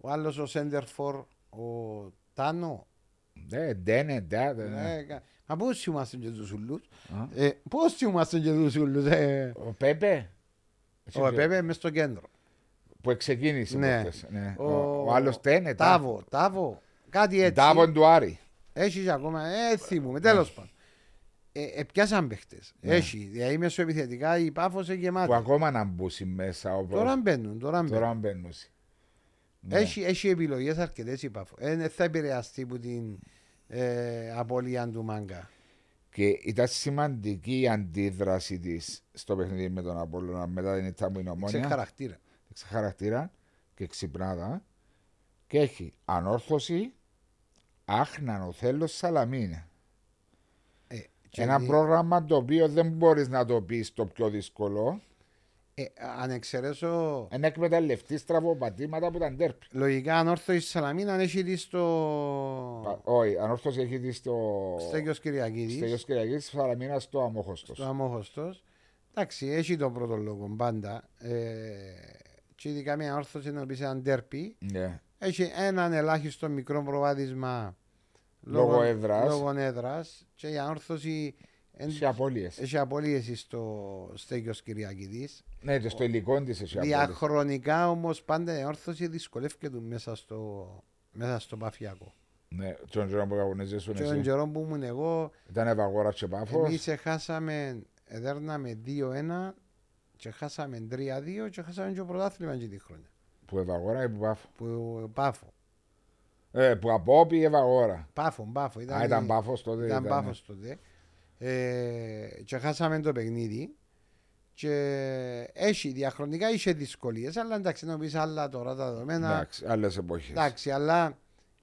Ο άλλος ο Σέντερφορ, ο Τάνο. Ναι, ναι, ναι, ναι, ναι, ναι. Ε, κα- Μα πώς είμαστε και τους ουλούς. Α. Πώ είμαστε και τους ουλούς. Ο Πέπε. Ο Επέπε μες στο κέντρο. Που ξεκίνησε Ναι. προχτές, ναι. Ο, ο άλλος τένε. Τάβο, τάβο. Κάτι έτσι. Τάβον του Άρη. Έχει και ακόμα, ε, θυμούμε, τέλος πάντων. Ε, επιάσαν παίχτες. Ναι. Έχει. Δηλαδή μεσοεπιθετικά η πάφος είναι γεμάτη. Που ακόμα να μπούσει μέσα. Ο Τώρα μπαίνουν, τώρα μπαίνουν. τώρα μπαίνουν. Ναι. Έχει, έχει επιλογές αρκετές η πάφος. Ε, ναι, θα επηρεαστεί από την ε, απώλεια του μάγκα. Και ήταν σημαντική η αντίδραση της στο παιχνίδι με τον Απόλλωνα μετά την ήττα μου η Σε Ομόνια. χαρακτήρα. Ξεχαρακτήρα και ξυπνάδα. Και έχει ανόρθωση, άχναν, ο θέλος, σαλαμίνα. Ε, και Ένα η- πρόγραμμα το οποίο δεν μπορείς να το πεις το πιο δύσκολο. ε, αν εξαιρέσω. Ένα εκμεταλλευτή στραβοπατήματα που ήταν τέρπι. Λογικά αν όρθω η Σαλαμίνα αν έχει δει στο. Όχι, ανόρθωση έχει δει στο... Στέγιος Κυριακίδης. Στέγιος Κυριακής, Σαλαμίνα στο αμόχωστος. Στο αμόχωστος. Εντάξει, έχει τον πρώτο λόγο πάντα. Ε, και ειδικά μια όρθωση να πεις έναν τέρπι. Ναι. Έχει έναν ελάχιστο μικρό προβάδισμα Λόγω έδρας. λόγω έδρας και η ανόρθωση εν- Σε απώλειες. έχει απολύες στο Στέγιος Κυριακίδης. Ναι, και στο υλικό της έχει απώλειες. Διαχρονικά όμως πάντα η ανόρθωση δυσκολεύεται μέσα στο, μέσα στο παφιακό. Ναι, τον καιρό που αγωνίζεσουν Και τον εσύ. καιρό που ήμουν εγώ, Ήταν ευαγόρα και πάφος. εμείς χάσαμε, εδέρναμε 2-1 και χάσαμε 3-2 και χάσαμε και το πρωτάθλημα και τη χρόνια. Που ευαγόρα ή που πάφο. Που, πάφο, Ε, που απόπη ή ευαγόρα. πάφο, πάφο. Α, ήταν ναι. πάφος τότε. Ήταν ήτανε. πάφος τότε. Ε, και χάσαμε το παιχνίδι. Και έχει διαχρονικά είχε δυσκολίες, αλλά εντάξει, να πεις άλλα τώρα τα δεδομένα. Εντάξει, άλλες εποχές. Εντάξει, αλλά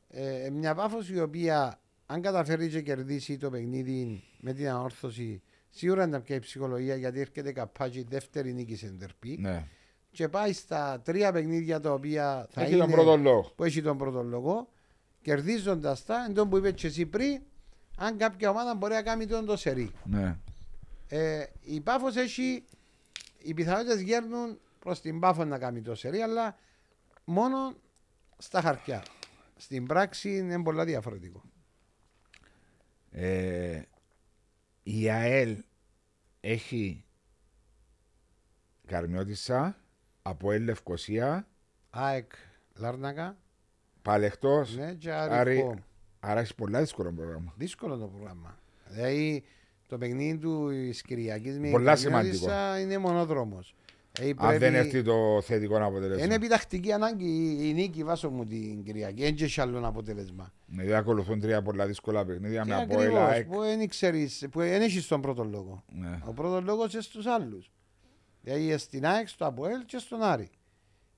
ε, μια πάφος η οποία αν καταφέρει και κερδίσει το παιχνίδι με την ανόρθωση, σίγουρα να πιάει ψυχολογία γιατί έρχεται καπάκι δεύτερη νίκη σε εντερπή. Ναι. Και πάει στα τρία παιχνίδια τα οποία θα Έχει είναι τον πρώτο λόγο. που έχει τον πρώτο λόγο, κερδίζοντας τα, εντό που είπε και εσύ πριν, αν κάποια ομάδα μπορεί να κάνει τον το σερί. Ναι. Ε, η Πάφος έχει. Οι πιθανότητες γέρνουν προς την Πάφο να κάνει το σερί, αλλά μόνο στα χαρτιά. Στην πράξη είναι πολλά διαφορετικό. Ε, η ΑΕΛ έχει Καρμιώτησα, από ΕΛ Λευκοσία, ΑΕΚ Λάρνακα, Παλεχτός. ναι, και Άρη- Άρη. Άρα έχεις πολλά δύσκολο πρόγραμμα. Δύσκολο το πρόγραμμα. Δηλαδή το παιχνίδι του τη Κυριακή με την Πολλά Καριόλισσα είναι μονόδρομος. Αν δεν έρθει το θετικό αποτέλεσμα. Είναι επιτακτική ανάγκη η- η νίκη βάσο μου την Κυριακή. Δεν έχει άλλο αποτέλεσμα. Ναι, δηλαδή ακολουθούν τρία πολλά δύσκολα παιχνίδια Και με από ΕΛ, ακριβώ ΑΕΚ. που δεν ξέρεις, που δεν έχεις τον πρώτο λόγο. Ναι. Ο πρώτος λόγος είναι στους άλλους. Δηλαδή είναι στην ΑΕΚ, στο ΑΠΟΕΛ και στον Άρη.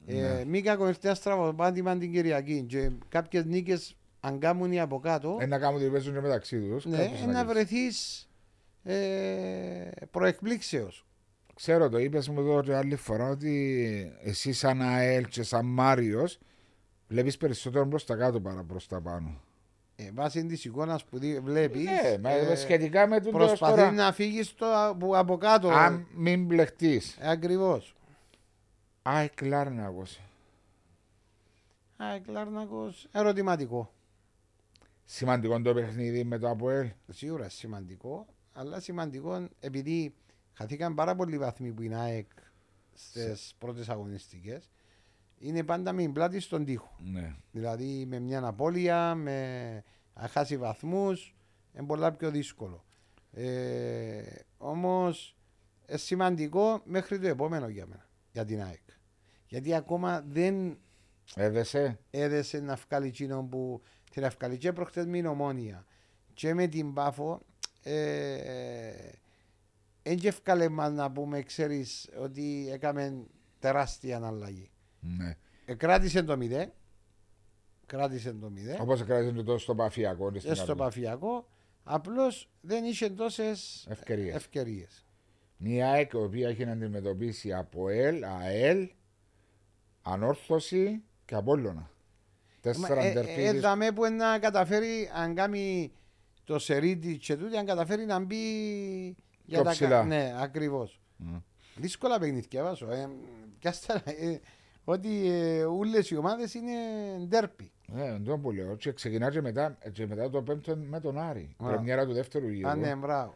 Ναι. Ε, μην κακοερθεί ένα στραβοπάντημα την Κυριακή. Και κάποιες νίκες, αν κάνουν οι από κάτω, Ε, να κάνουν ότι παίζουν και μεταξύ τους. ναι, να βρεθείς ε, προεκπλήξεως. Ξέρω το, είπες μου εδώ και άλλη φορά ότι εσύ σαν ΑΕΛ και σαν Μάριος βλέπεις περισσότερο προ τα κάτω παρά προ τα πάνω. Ε, βάσει της εικόνας που βλέπεις, Ναι, μα σχετικά με τον ε, προσπαθεί τώρα. να φύγεις από, από κάτω. Ε, Αν μην μπλεχτείς. Ακριβώ. ΑΕΚ Λάρναγο. Α, Κλάρνακο, ερωτηματικό. Σημαντικό το παιχνίδι με το ΑΠΟΕΛ. Σίγουρα σημαντικό, αλλά σημαντικό επειδή χαθήκαν πάρα πολλοί βαθμοί που είναι ΑΕΚ στι πρώτες αγωνιστικές. Είναι πάντα με την πλάτη στον τοίχο. Ναι. Δηλαδή με μια απώλεια, με να χάσει βαθμούς, είναι πολλά πιο δύσκολο. Ε, Όμως σημαντικό μέχρι το επόμενο για μένα, για την ΑΕΚ. Γιατί ακόμα δεν Έδεσαι. έδεσε να βγάλει εκείνο που θέλει να βγάλει και προχτές με την Ομόνια και με την Πάφο δεν και ευκάλε μας να πούμε ξέρεις ότι έκαμε τεράστια αναλλαγή Ναι. ε, κράτησε το 0 κράτησε το 0 Όπως κράτησε το στο Παφιακό. και στην και Ε. στο Αρμία. Παφιακό απλώς δεν είχε τόσες Ευκαιρίες. ευκαιρίες. Μια ΑΕΚ η οποία έχει να αντιμετωπίσει από ΕΛ, ΑΕΛ, Ανόρθωση και Απόλλωνα. Μα, Τέσσερα ε, ε, ντερφίδες. Έδαμε που να καταφέρει αν κάνει το σερίδι και τούτο, αν καταφέρει να μπει Πιο κα- ψηλά. Ναι, ακριβώς. Μμ. Δύσκολα παιχνίδια βάζω. Ε, πιάστα, ε, ότι ε, όλες οι ομάδες είναι ντέρπι. Ναι, τον που λέω. Και ξεκινά και μετά, και μετά το πέμπτο με τον Άρη. Α. Πρεμιέρα του δεύτερου γύρου. Α, ναι, μπράβο.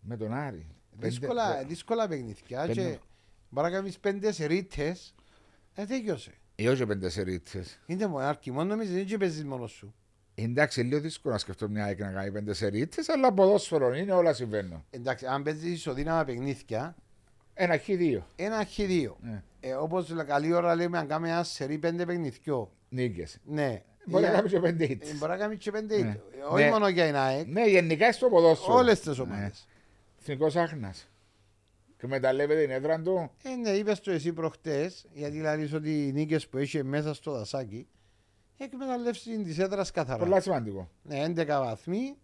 Με τον Άρη. Δύσκολα, Πέντε- ε, δύσκολα παιχνίδια. Και Πέντε. μπορεί να κάνεις πέντε σερίτες, ε, τέλειωσε. Ή όχι πέντε σερίτσες. Είναι μονάρκη, μόνο νομίζεις, δεν και παίζεις μόνος σου. Εντάξει, λίγο δύσκολο να σκεφτώ μια ΑΕΚ να κάνει πέντε σερίτσες, αλλά ποδόσφαιρο είναι, όλα συμβαίνουν. Εντάξει, αν παίζεις ισοδύναμα παιχνίδια, Ένα χ δύο. ένα έχει δύο. Ναι. Ε, όπως καλή ώρα λέμε, αν κάνουμε ένα σερί πέντε παιχνιδιό. Νίκες. Ναι. Μπορεί να Ε, κάνεις και πέντε ε, hits. Μπορεί να κάνουμε και πέντε. Ναι. Ε, Όχι Ναι. μόνο για την ΑΕΚ, Ναι, γενικά στο ποδόσφαιρο. Ε, όλες τις ομάδες. Εθνικός Άχνα. Και μεταλλεύεται την έδρα του. Ε, ναι, είπες το εσύ προχτές, γιατί λέει ότι οι νίκες που είχε μέσα στο δασάκι εκμεταλλεύσει τη έδρας καθαρά. Πολλά σημαντικό. Ναι, 11 βαθμοί.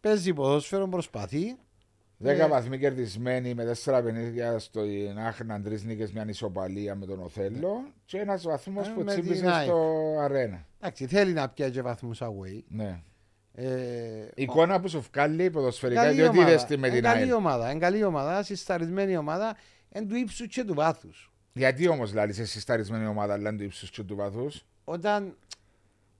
Παίζει ποδόσφαιρο, προσπαθεί. 10 Ε. βαθμοί κερδισμένοι με 4 παιχνίδια στο Άχνα, 3 νίκες, μια ισοπαλία με τον Οθέλο. Και ένας βαθμός Ναι. Ε, που με την τσίπησε ΑΕΚ. στο Αρένα. Εντάξει, θέλει να πιάσει και βαθμούς away. Ναι. Ε, Η εικόνα που σου βγάλει ποδοσφαιρικά, καλή διότι ομάδα. είδες τη με Εν την καλή ΑΕΚ. ομάδα, εν καλή ομάδα, συσταρισμένη ομάδα, εν του ύψους και του βάθους. Γιατί όμως λάλη σε συσταρισμένη ομάδα, αλλά είναι του ύψους και του βαθού. Όταν,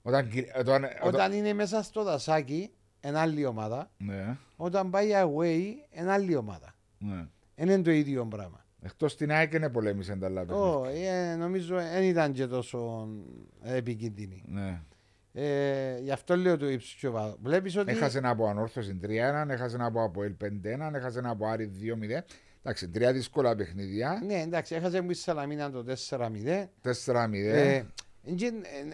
Όταν. κυρ- όταν, όταν είναι μέσα στο δασάκι, εν άλλη ομάδα. Ναι, Όταν πάει away, εν άλλη ομάδα. ναι. Εν είναι το ίδιο πράγμα. Εκτός την ΑΕΚ δεν πολέμησε τα λάπη. Όχι, ε, νομίζω δεν ήταν και τόσο ε, επικίνδυνη. Ναι. Ε, γι' αυτό λέω το ύψος και βάθο. Βλέπεις ότι. Έχασε ένα από Ανόρθωση 3-1, έχασε ένα από Αποέλ 5-1, έχασε ένα από Άρη 2-0. Εντάξει, τρία δύσκολα παιχνίδια. Ναι, εντάξει, έχασε μου στη Σαλαμίνα το 4-0. 4-0. Ε, Είναι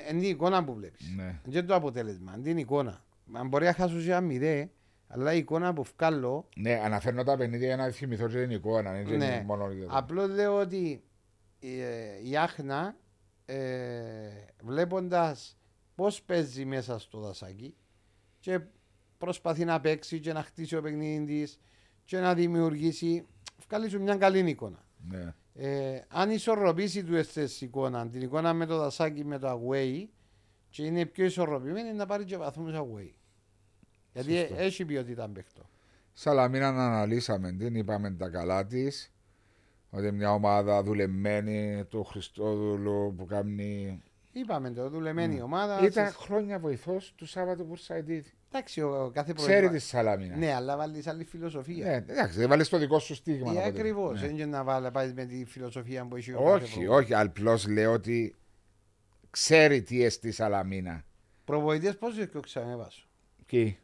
είναι η εικόνα που βλέπεις. ναι. Είναι το αποτέλεσμα, είναι την εικόνα. Αν μπορεί να χάσουν ένα 0, Αλλά η εικόνα που βγάλω, Ναι, αναφέρνω τα παιχνίδια για να θυμηθώ και την εικόνα. είναι Ναι. και μόνο για το- απλώς λέω ότι ε, η Άχνα, ε, βλέποντας πώς παίζει μέσα στο δασάκι, και προσπαθεί να παίξει και να χτίσει ο παιχνίδις τη και να δημιουργήσει, βγάλει σου μια καλή εικόνα. Ναι. Ε, αν ισορροπήσει του ΕΣΤΕΣ εικόνα, την εικόνα με το δασάκι με το away και είναι πιο ισορροπημένη να πάρει και βαθμούς away. Γιατί Σωστό. έχει ποιότητα παίχτο. Σαλαμίνα να αναλύσαμε την, είπαμε τα καλά της. Ότι μια ομάδα δουλεμένη του Χριστόδουλου που κάνει. Είπαμε το, δουλεμένη ομάδα. Ναι. Ήταν στις- χρόνια βοηθός του Σάββατο Μπουρσαϊτίδη. Εντάξει, ο, ο κάθε Ξέρει τη προηγούμενο- Σαλαμίνα. Ναι, αλλά βάλεις άλλη φιλοσοφία. Ναι, εντάξει, έβαλε το δικό σου στίγμα. Ναι, να πω την- Ακριβώς. ναι. Δεν είναι να βάλει πάει με τη φιλοσοφία που έχει ο κάθε Όχι, προπονητής. όχι. Απλώς λέω ότι ξέρει τι εστί Σαλαμίνα. Προπονητές πόσοι και ο Ξανέβασο Κι.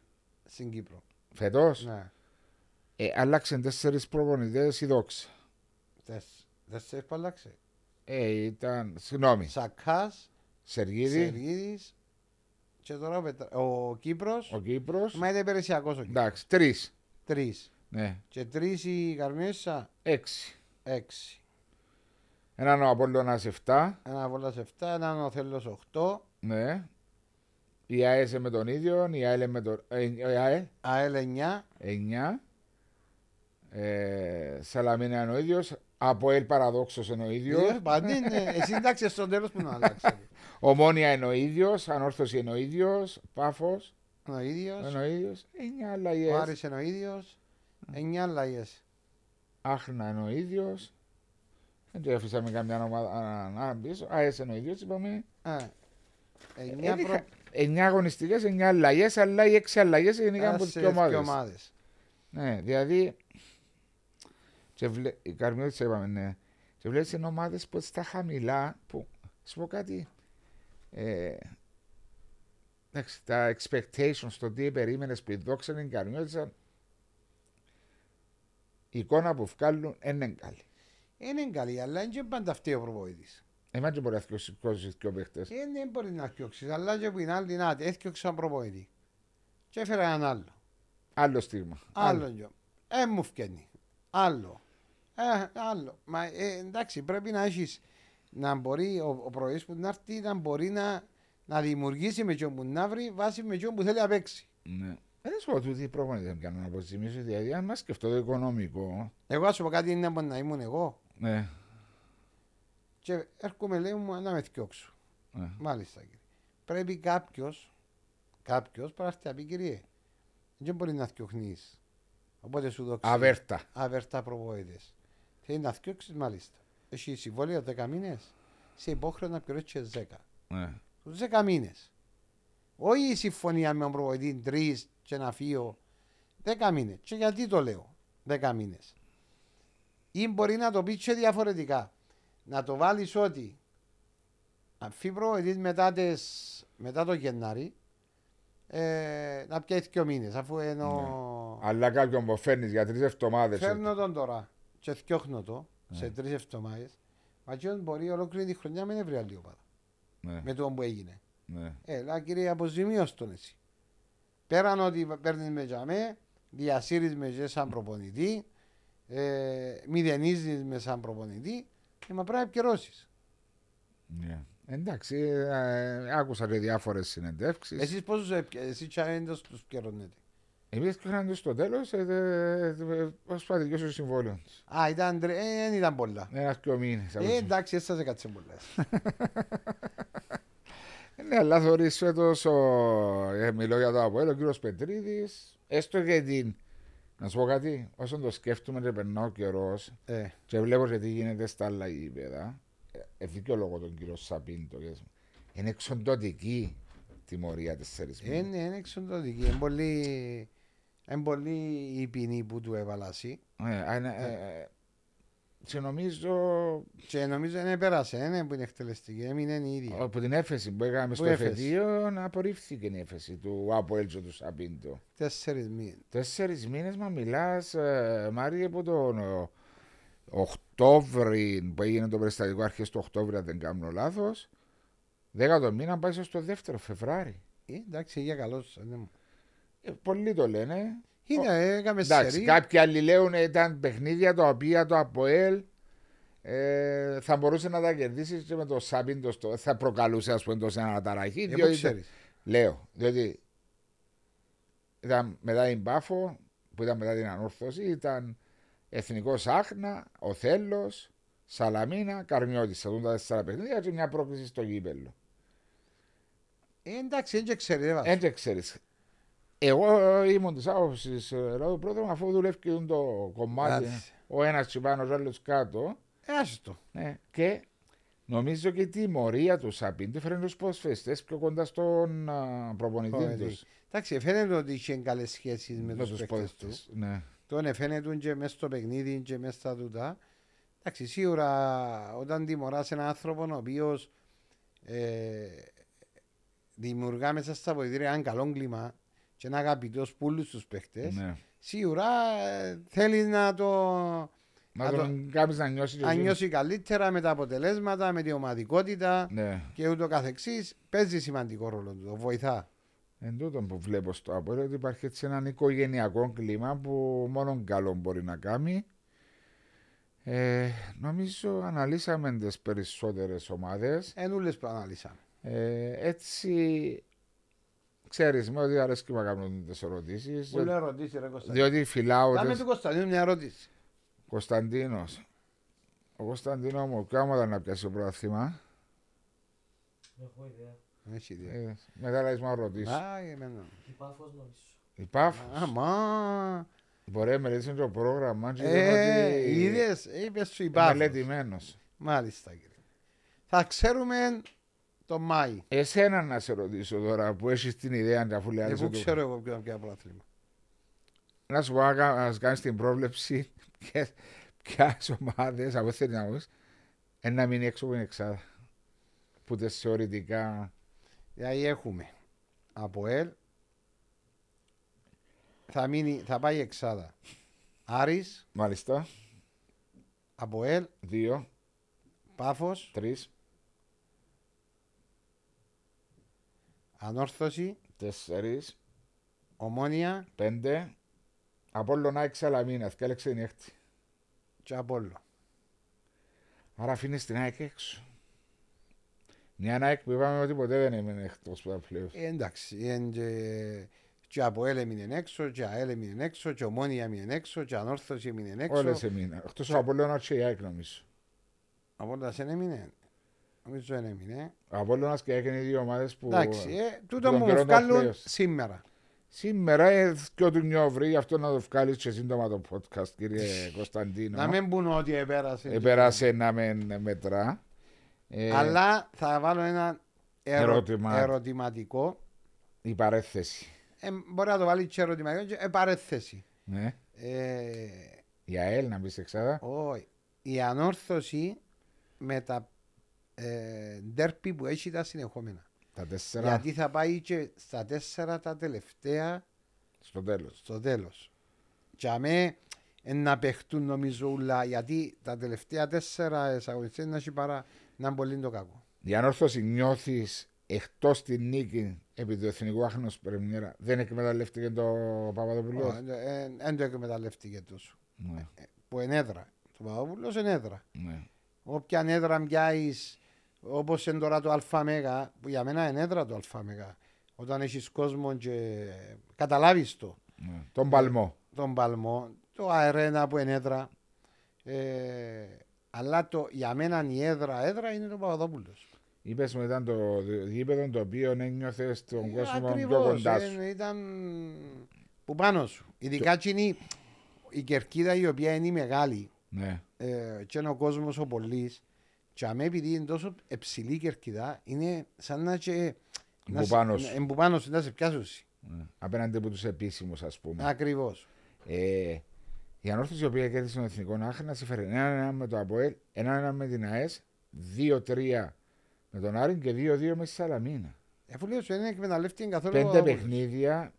στην Κύπρο. Φετό Ναι. ε, άλλαξαν τέσσερις προπονητές η δόξα. Τεσ- Τέσσερις που αλλάξε. Ε, ήταν. Συγγνώμη. Σακάς, Σεργίδη, Σεργίδης και τώρα ο, Πετρα- ο Κύπρος. ο Ναι. Κύπρος. Μα ήταν υπηρεσιακό ο Κύπρος. Εντάξει, τρεις. Τρεις. Ναι, Και τρεις η Καρμίσα, έξι. έξι. Έναν ο Απόλλωνας 7. Ένα βόλα σε 7, ένα ο Θέλος οχτώ. Ναι. Η ΑΕΣ με τον ίδιο, η ΑΕΛ με τον. Ε, η ΑΕ, ΑΕΛ 9, 9. Ε, Σαλαμίνα είναι ο ίδιος. Από ΕΛ παραδόξω είναι ο ίδιος. Παντή είναι. Εσύ εντάξει στο τέλος που να (laughs) αλλάξεις. Ομόνια είναι ο ίδιο. Ανόρθωση είναι ο ίδιο. Πάφο Είναι ο ίδιος, είναι ο ίδιο. 9 ο αλλαγέ. Άρης είναι ο ίδιος, 9 αλλαγές. Άχνα είναι ο ίδιο. Δεν του αφήσαμε καμιά ομάδα να- να πίσω. ΑΕΣ είναι ο ίδιο, είπαμε. Α, εννιά προ- 9 αγωνιστικέ, 9 αλλαγέ, αλλά οι 6 αλλαγές γενικά από άσε τι τις δύο ομάδε. ομάδες. Ναι, δηλαδή. Και βλέ... Η Καρμιώτησα είπαμε, ναι. Και βλέπεις είναι ομάδες που στα χαμηλά. Που... Σου πω κάτι. Ε... Εντάξει, τα expectations, το τι περίμενε που η δόξα είναι η Καρμιώτησα. Η εικόνα που βγάλουν δεν είναι καλή. Είναι καλή, αλλά είναι και πάντα αυτή ο προπονητής. Εμάς δεν μπορεί να θυκώσει και ο παίχτες. Ε, Δεν μπορεί να θιώξεις, αλλά και που είναι άλλη, να, έθιωξαν προπονητή. Και έφερα έναν άλλο. Άλλο στίγμα. Άλλο γιο. Ε, μου φκένει. Άλλο. Ε, άλλο. Μα ε, εντάξει, πρέπει να έχεις να μπορεί ο, ο πρωί που να έρθει να μπορεί να, να δημιουργήσει με τον που να βρει βάσει με τον που θέλει να παίξει. Ναι. Δεν σου πω ότι οι προπονητές μου κάνουν να αποζημίσω, δηλαδή αν μας σκεφτώ το οικονομικό. Εγώ ας σου πω κάτι είναι να ήμουν εγώ Ναι. και έρχομαι λέει μου να με θιώξω. ναι. Μάλιστα κύριε. Πρέπει κάποιος, κάποιος πρέπει να έρθει να πει κύριε, δεν μπορεί να θιωχνεί. Οπότε σου δόξα. Αβέρτα. αβερτά προβόητε. Θέλει να θιώξει μάλιστα. Έχει συμβόλαιο 10 μήνες. Σε υπόχρεο να πληρώσει 10. Ναι. Τους 10 μήνες. Όχι η συμφωνία με τον προβοητή 3 και ένα φύο. 10 μήνες. Και γιατί το λέω 10 μήνες. Ή μπορεί να το πει και διαφορετικά. Να το βάλεις ότι αφή προβοητή μετά, τις- μετά το Γενάρη ε, να πιάσει και ο μήνες. Αφού ενώ. Αλλά κάποιον που φέρνεις για τρεις εβδομάδες. Φέρνω τον τώρα και θιώχνω το σε τρεις εβδομάδες. Μα και μπορεί ολόκληρη τη χρονιά με να βρει άλλη ομάδα. Ναι, Με το που έγινε. ναι. Έλα, κύριε, αποζημίω τον εσύ. Πέραν ότι παίρνεις με τζαμέ, διασύρεις με και σαν προπονητή, ε, μηδενίζεις με σαν προπονητή, ε, μα πρέπει να επικαιρώσει. ναι. Εντάξει, ε, άκουσα και διάφορες συνεντεύξεις. Εσύ... Εσείς πόσους εσύ τσαρέντε του επικαιρώνετε. Εμεί του στο ε, τέλο, προσπαθεί και στο συμβόλαιο του. Α, ήταν, τρε- ε, δεν ήταν πολλά. Ένας και ο μήνε. Ε, εντάξει, έτσι θα κάτσε πολλά. Ναι, αλλά θεωρείς φέτος, ε, μιλώ για το Αποέλ, ο κύριος Πετρίδης, έστω και την. Να σου πω κάτι, όσον το σκέφτομαι, ρε περνά ο καιρός Ε, και βλέπω και τι γίνεται στα άλλα γήπεδα. Ε, ε, δικαιολογώ τον κύριο Σαπίντο. γιατί Είναι εξοντωτική τιμωρία τέσσερι μήνε. Ε, ναι, Είναι, είναι εξοντωτική. Είναι πολύ, είναι πολύ η ποινή που του έβαλασαι. Ναι, α, είναι, ε, ε, και νομίζω Και νομίζω δεν πέρασε, είναι που είναι εκτελεστική, έμεινε η ίδια. από την έφεση που έκαμε στο έφεση? εφετείο να απορρίφθηκε η έφεση του από Έλτσο του Σαπίντο. Τέσσερις μήνες. Τέσσερις μήνες, μα μιλάς, ε, Μάρια, από τον ε, Οκτώβρη που έγινε το περιστατικό, αρχές του Οκτώβρη, αν δεν κάνω λάθος. Δέκα το μήνα πάει στο δεύτερο Φεβράρι. Ε, εντάξει, για καλός. ναι μου. Ε, πολλοί το λένε. Είδα, έκαμε Εντάξει, σερή. κάποιοι άλλοι λέουν ήταν παιχνίδια τα οποία το ΑΠΟΕΛ ε, θα μπορούσε να τα κερδίσει και με το Σάμπιν το στο, θα προκαλούσε ας πούμε τόσο αναταραχή. Ε, πού διότι- ξέρεις. λέω, διότι ήταν μετά την Πάφο που ήταν μετά την ανόρθωση ήταν Εθνικός Άχνα, Οθέλος, Σαλαμίνα, Καρμιώτη. Θα δουν τα τέσσερα παιχνίδια και μια πρόκληση στο γήπεδο. Ε, εντάξει, δεν και ξέρεις. ρε, βάζω. Έτσι ξέρεις. Εγώ ήμουν της άποψης Ρόδου Πρόεδρο, αφού δουλεύει και το κομμάτι, Μάλιστα. ο ένας τσιμπάνο, ο άλλος κάτω. Ε, άσε το. Ναι. Και νομίζω και η τιμωρία του Σαπίν του φέρνει τους προσφεστέ πιο κοντά στον α, προπονητή Προπονητή. τους. Εντάξει, φαίνεται ότι είχε καλές σχέσεις με Με τους τους παίκτες του. ποδητέ. Ναι. Τον φαίνεται και μέσα στο παιχνίδι και μέσα στα τούτα. Εντάξει, σίγουρα όταν τιμωράς έναν άνθρωπο ο οποίος ε, δημιουργά μέσα στα βοηθήρια έναν καλό κλίμα και ένα αγαπητό πουλού στου παίχτες, ναι. σίγουρα ε, θέλει να το Να Να τον κάνεις να νιώσει. και να εσύ. νιώσει καλύτερα με τα αποτελέσματα, με την ομαδικότητα Ναι. και ούτω καθεξής. Παίζει σημαντικό ρόλο του, βοηθά. Εν τούτον που βλέπω στο απορρέω ότι υπάρχει έτσι έναν οικογενειακό κλίμα που μόνο καλό μπορεί να κάνει. Ε, νομίζω αναλύσαμε τις περισσότερες ομάδες. Εν ούλες που αναλύσαμε. Ε, έτσι, ξέρεις με ότι αρέσκει να κάνουν τις ερωτήσεις. Πολύ διό- ερωτήσεις ρε Κωνσταντίνο. Διότι φυλάω Δάμε τις- του Κωνσταντίνου μια ερώτηση. Κωνσταντίνος. Ο Κωνσταντίνο μου, ποια ομάδα να πιάσει το πρωταθλήμα. Δεν έχω ιδέα. Δεν έχει ιδέα. Ε, μετά λες να ρωτήσεις. Α, εμένα. Η πάφος νομίζω. Η ΠΑΦ Α, μα. μπορεί να μελετήσει το πρόγραμμα και είναι Ε, ότι είδες, είπες σου είναι υπάρχει. μελετημένος. Μάλιστα κύριε. Θα ξέρουμε το Μάη. Εσένα να σε ρωτήσω τώρα που έχεις την ιδέα και αφού λέει Εγώ Ε, ξέρω εγώ ποιο είναι πρωτάθλημα. Να σου πω να κα- να κάνεις την πρόβλεψη (laughs) ποιε ομάδες από θέλεις να βγεις, ε, να μείνει έξω από την εξάδα. Που τες θεωρητικά. Δηλαδή έχουμε από ελ. Θα, μείνει, θα πάει η εξάδα. Άρης, Μάλιστα. από ελ, Δύο, Πάφος, τρεις, Ανόρθωση, τέσσερις, Ομόνια πέντε. Απόλλων ΑΕΚ Σαλαμίνα, θυκάλεξε την έκτη. και Απόλλο. Άρα αφήνει την ΑΕΚ έξω. Μια ΑΕΚ που είπαμε ότι ποτέ δεν έμεινε εκτός που θα Ε, εντάξει, εν και- και από ελ έμεινε έξω, και αέλ έμεινε έξω, και Ομόνια έμεινε έξω, και Ανόρθωση έμεινε έξω. Όλες έμειναν. Εκτός από Απόλλωνα και η ΑΕΚ νομίζω. Από όλα δεν έμεινε. Νομίζω δεν έμεινε. Απόλλωνας και ΑΕΚ είναι οι δύο ομάδες που... Εντάξει, ε, τούτο τον μου καιρό των βγάλουν playoffs. σήμερα. Σήμερα έδωκε του νιόβρι, γι' αυτό να το βγάλεις και σύντομα το podcast, κύριε Να Κωνσταντίνο. μην πούν ότι επέρασε. Ναι. Επέρασε να με μετρά. Ε, Αλλά θα βάλω ένα ερω- Ερώτημα. ερωτηματικό. Η παρέθεση. Ε, μπορεί να το βάλεις και ερωτηματικό και ε, παρέθεση. Ναι. Ε, Η ΑΕΛ να μπεις σε εξάδα. όχι. Η ανόρθωση με τα ε, ντέρπι που έχει τα συνεχόμενα. Τα τέσσερα Γιατί θα πάει και στα τέσσερα τα τελευταία στο τέλος. στο τέλος. Για με ε, να παιχτούν νομίζω ούλα, γιατί τα τελευταία τέσσερα εισαγωγιστές να έχει παρά να είναι πολύ το κακό. Η ανόρθωση νιώθεις εκτός την νίκη επί του εθνικού άχνος πρεμιέρα. Δεν εκμεταλλεύτηκε το Ω, Παπαδοπουλό. Ε, εν- εν- εν το εκμεταλλεύτηκε τόσο. Ναι, Που ενέδρα. Το Παπαδόπουλος ενέδρα. ναι. Όποια ενέδρα μπιάεις, όπως είναι τώρα το ΑΜΕΓΑ, που για μένα ενέδρα το ΑΜΕΓΑ. Όταν έχεις κόσμο και καταλάβεις το. ναι. Τον Παλμό. τον Παλμό, το αερένα που είναι έδρα. Ε, αλλά το, για μένα η έδρα, έδρα είναι το Παπαδόπουλος. Είπες μου ήταν το γήπεδο το οποίο ένιωθες τον κόσμο πιο κοντά σου. Ε, ήταν που πάνω σου. Ειδικά εκείνη η κερκίδα η οποία είναι η μεγάλη Ναι. ε, και είναι ο κόσμος ο πολλή. Και αμέ επειδή είναι τόσο υψηλή η κερκίδα, είναι σαν να και. Που πάνω σου. Που πάνω σου, να σε πιάσουν. Ναι. Απέναντι από τους επίσημους, ας πούμε. Ακριβώς. Ε, η ανόρθωση η οποία κέρδισε τον Εθνικό Άχνα έφερε έναν με το Αποέλ, έναν με την ΑΕΣ, 2-3 με τον Άρην και 2-2 με τη Σαλαμίνα. Αφού λέω σου, δεν εκμεταλλεύτηκε καθόλου. ο Πέντε Παπαδόπουλος. παιχνίδια,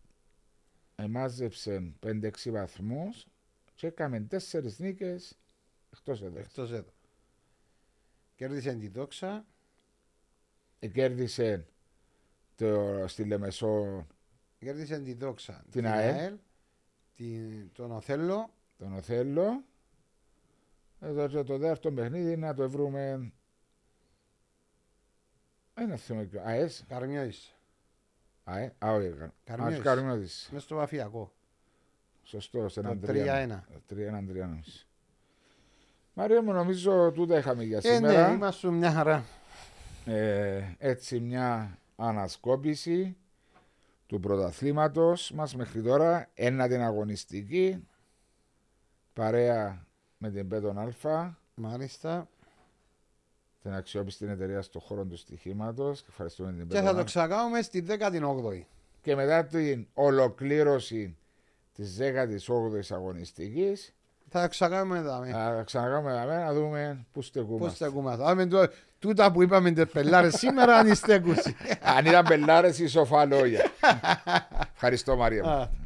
ε, εμάζεψε 5-6 βαθμούς και έκαμε τέσσερις νίκες εκτός εδώ. Εκτός εδώ. Κέρδισε τη δόξα. Ε, Κέρδισε το, στη Λεμεσό Κέρδισε τη δόξα. Την ΑΕΛ. ΑΕΛ, την, τον Οθέλο. τον Οθέλο. Εδώ και το δεύτερο παιχνίδι να το βρούμε. Ένα θυμό. ΑΕΣ. Καρμιώης. ΑΕ. Α, όχι. κα- Καρμιώδης. Α, Καρμιώδης. Μες στο βαφιακό. Σωστό, σε Το έναν 3-1. 3-1. 3-1. Μαρία μου, νομίζω τούτα είχαμε για Ε, ναι, σήμερα. ήμασταν μια χαρά. Ε, έτσι μια ανασκόπηση του πρωταθλήματος μας μέχρι τώρα. Ένα την αγωνιστική παρέα με την Πέτον Αλφα, Μάλιστα. την αξιόπιστη εταιρεία στον χώρο του στοιχήματος. Ευχαριστούμε την Και Πέτον θα το Αλφα. ξαγάμε στη 18η. Και μετά την ολοκλήρωση της 18ης αγωνιστικής Θα ξαγάμε εδώ. θα ξανακάμε να να δούμε πού Πώ στεκούμαστε. τα ακούμαστε. Άμε το- τούτα που είπαμε τις πελάρες (laughs) σήμερα αν είστε ακούσει. (laughs) Αν ήταν πελάρες ή σοφά λόγια. Ευχαριστώ Μαρία μου. Α.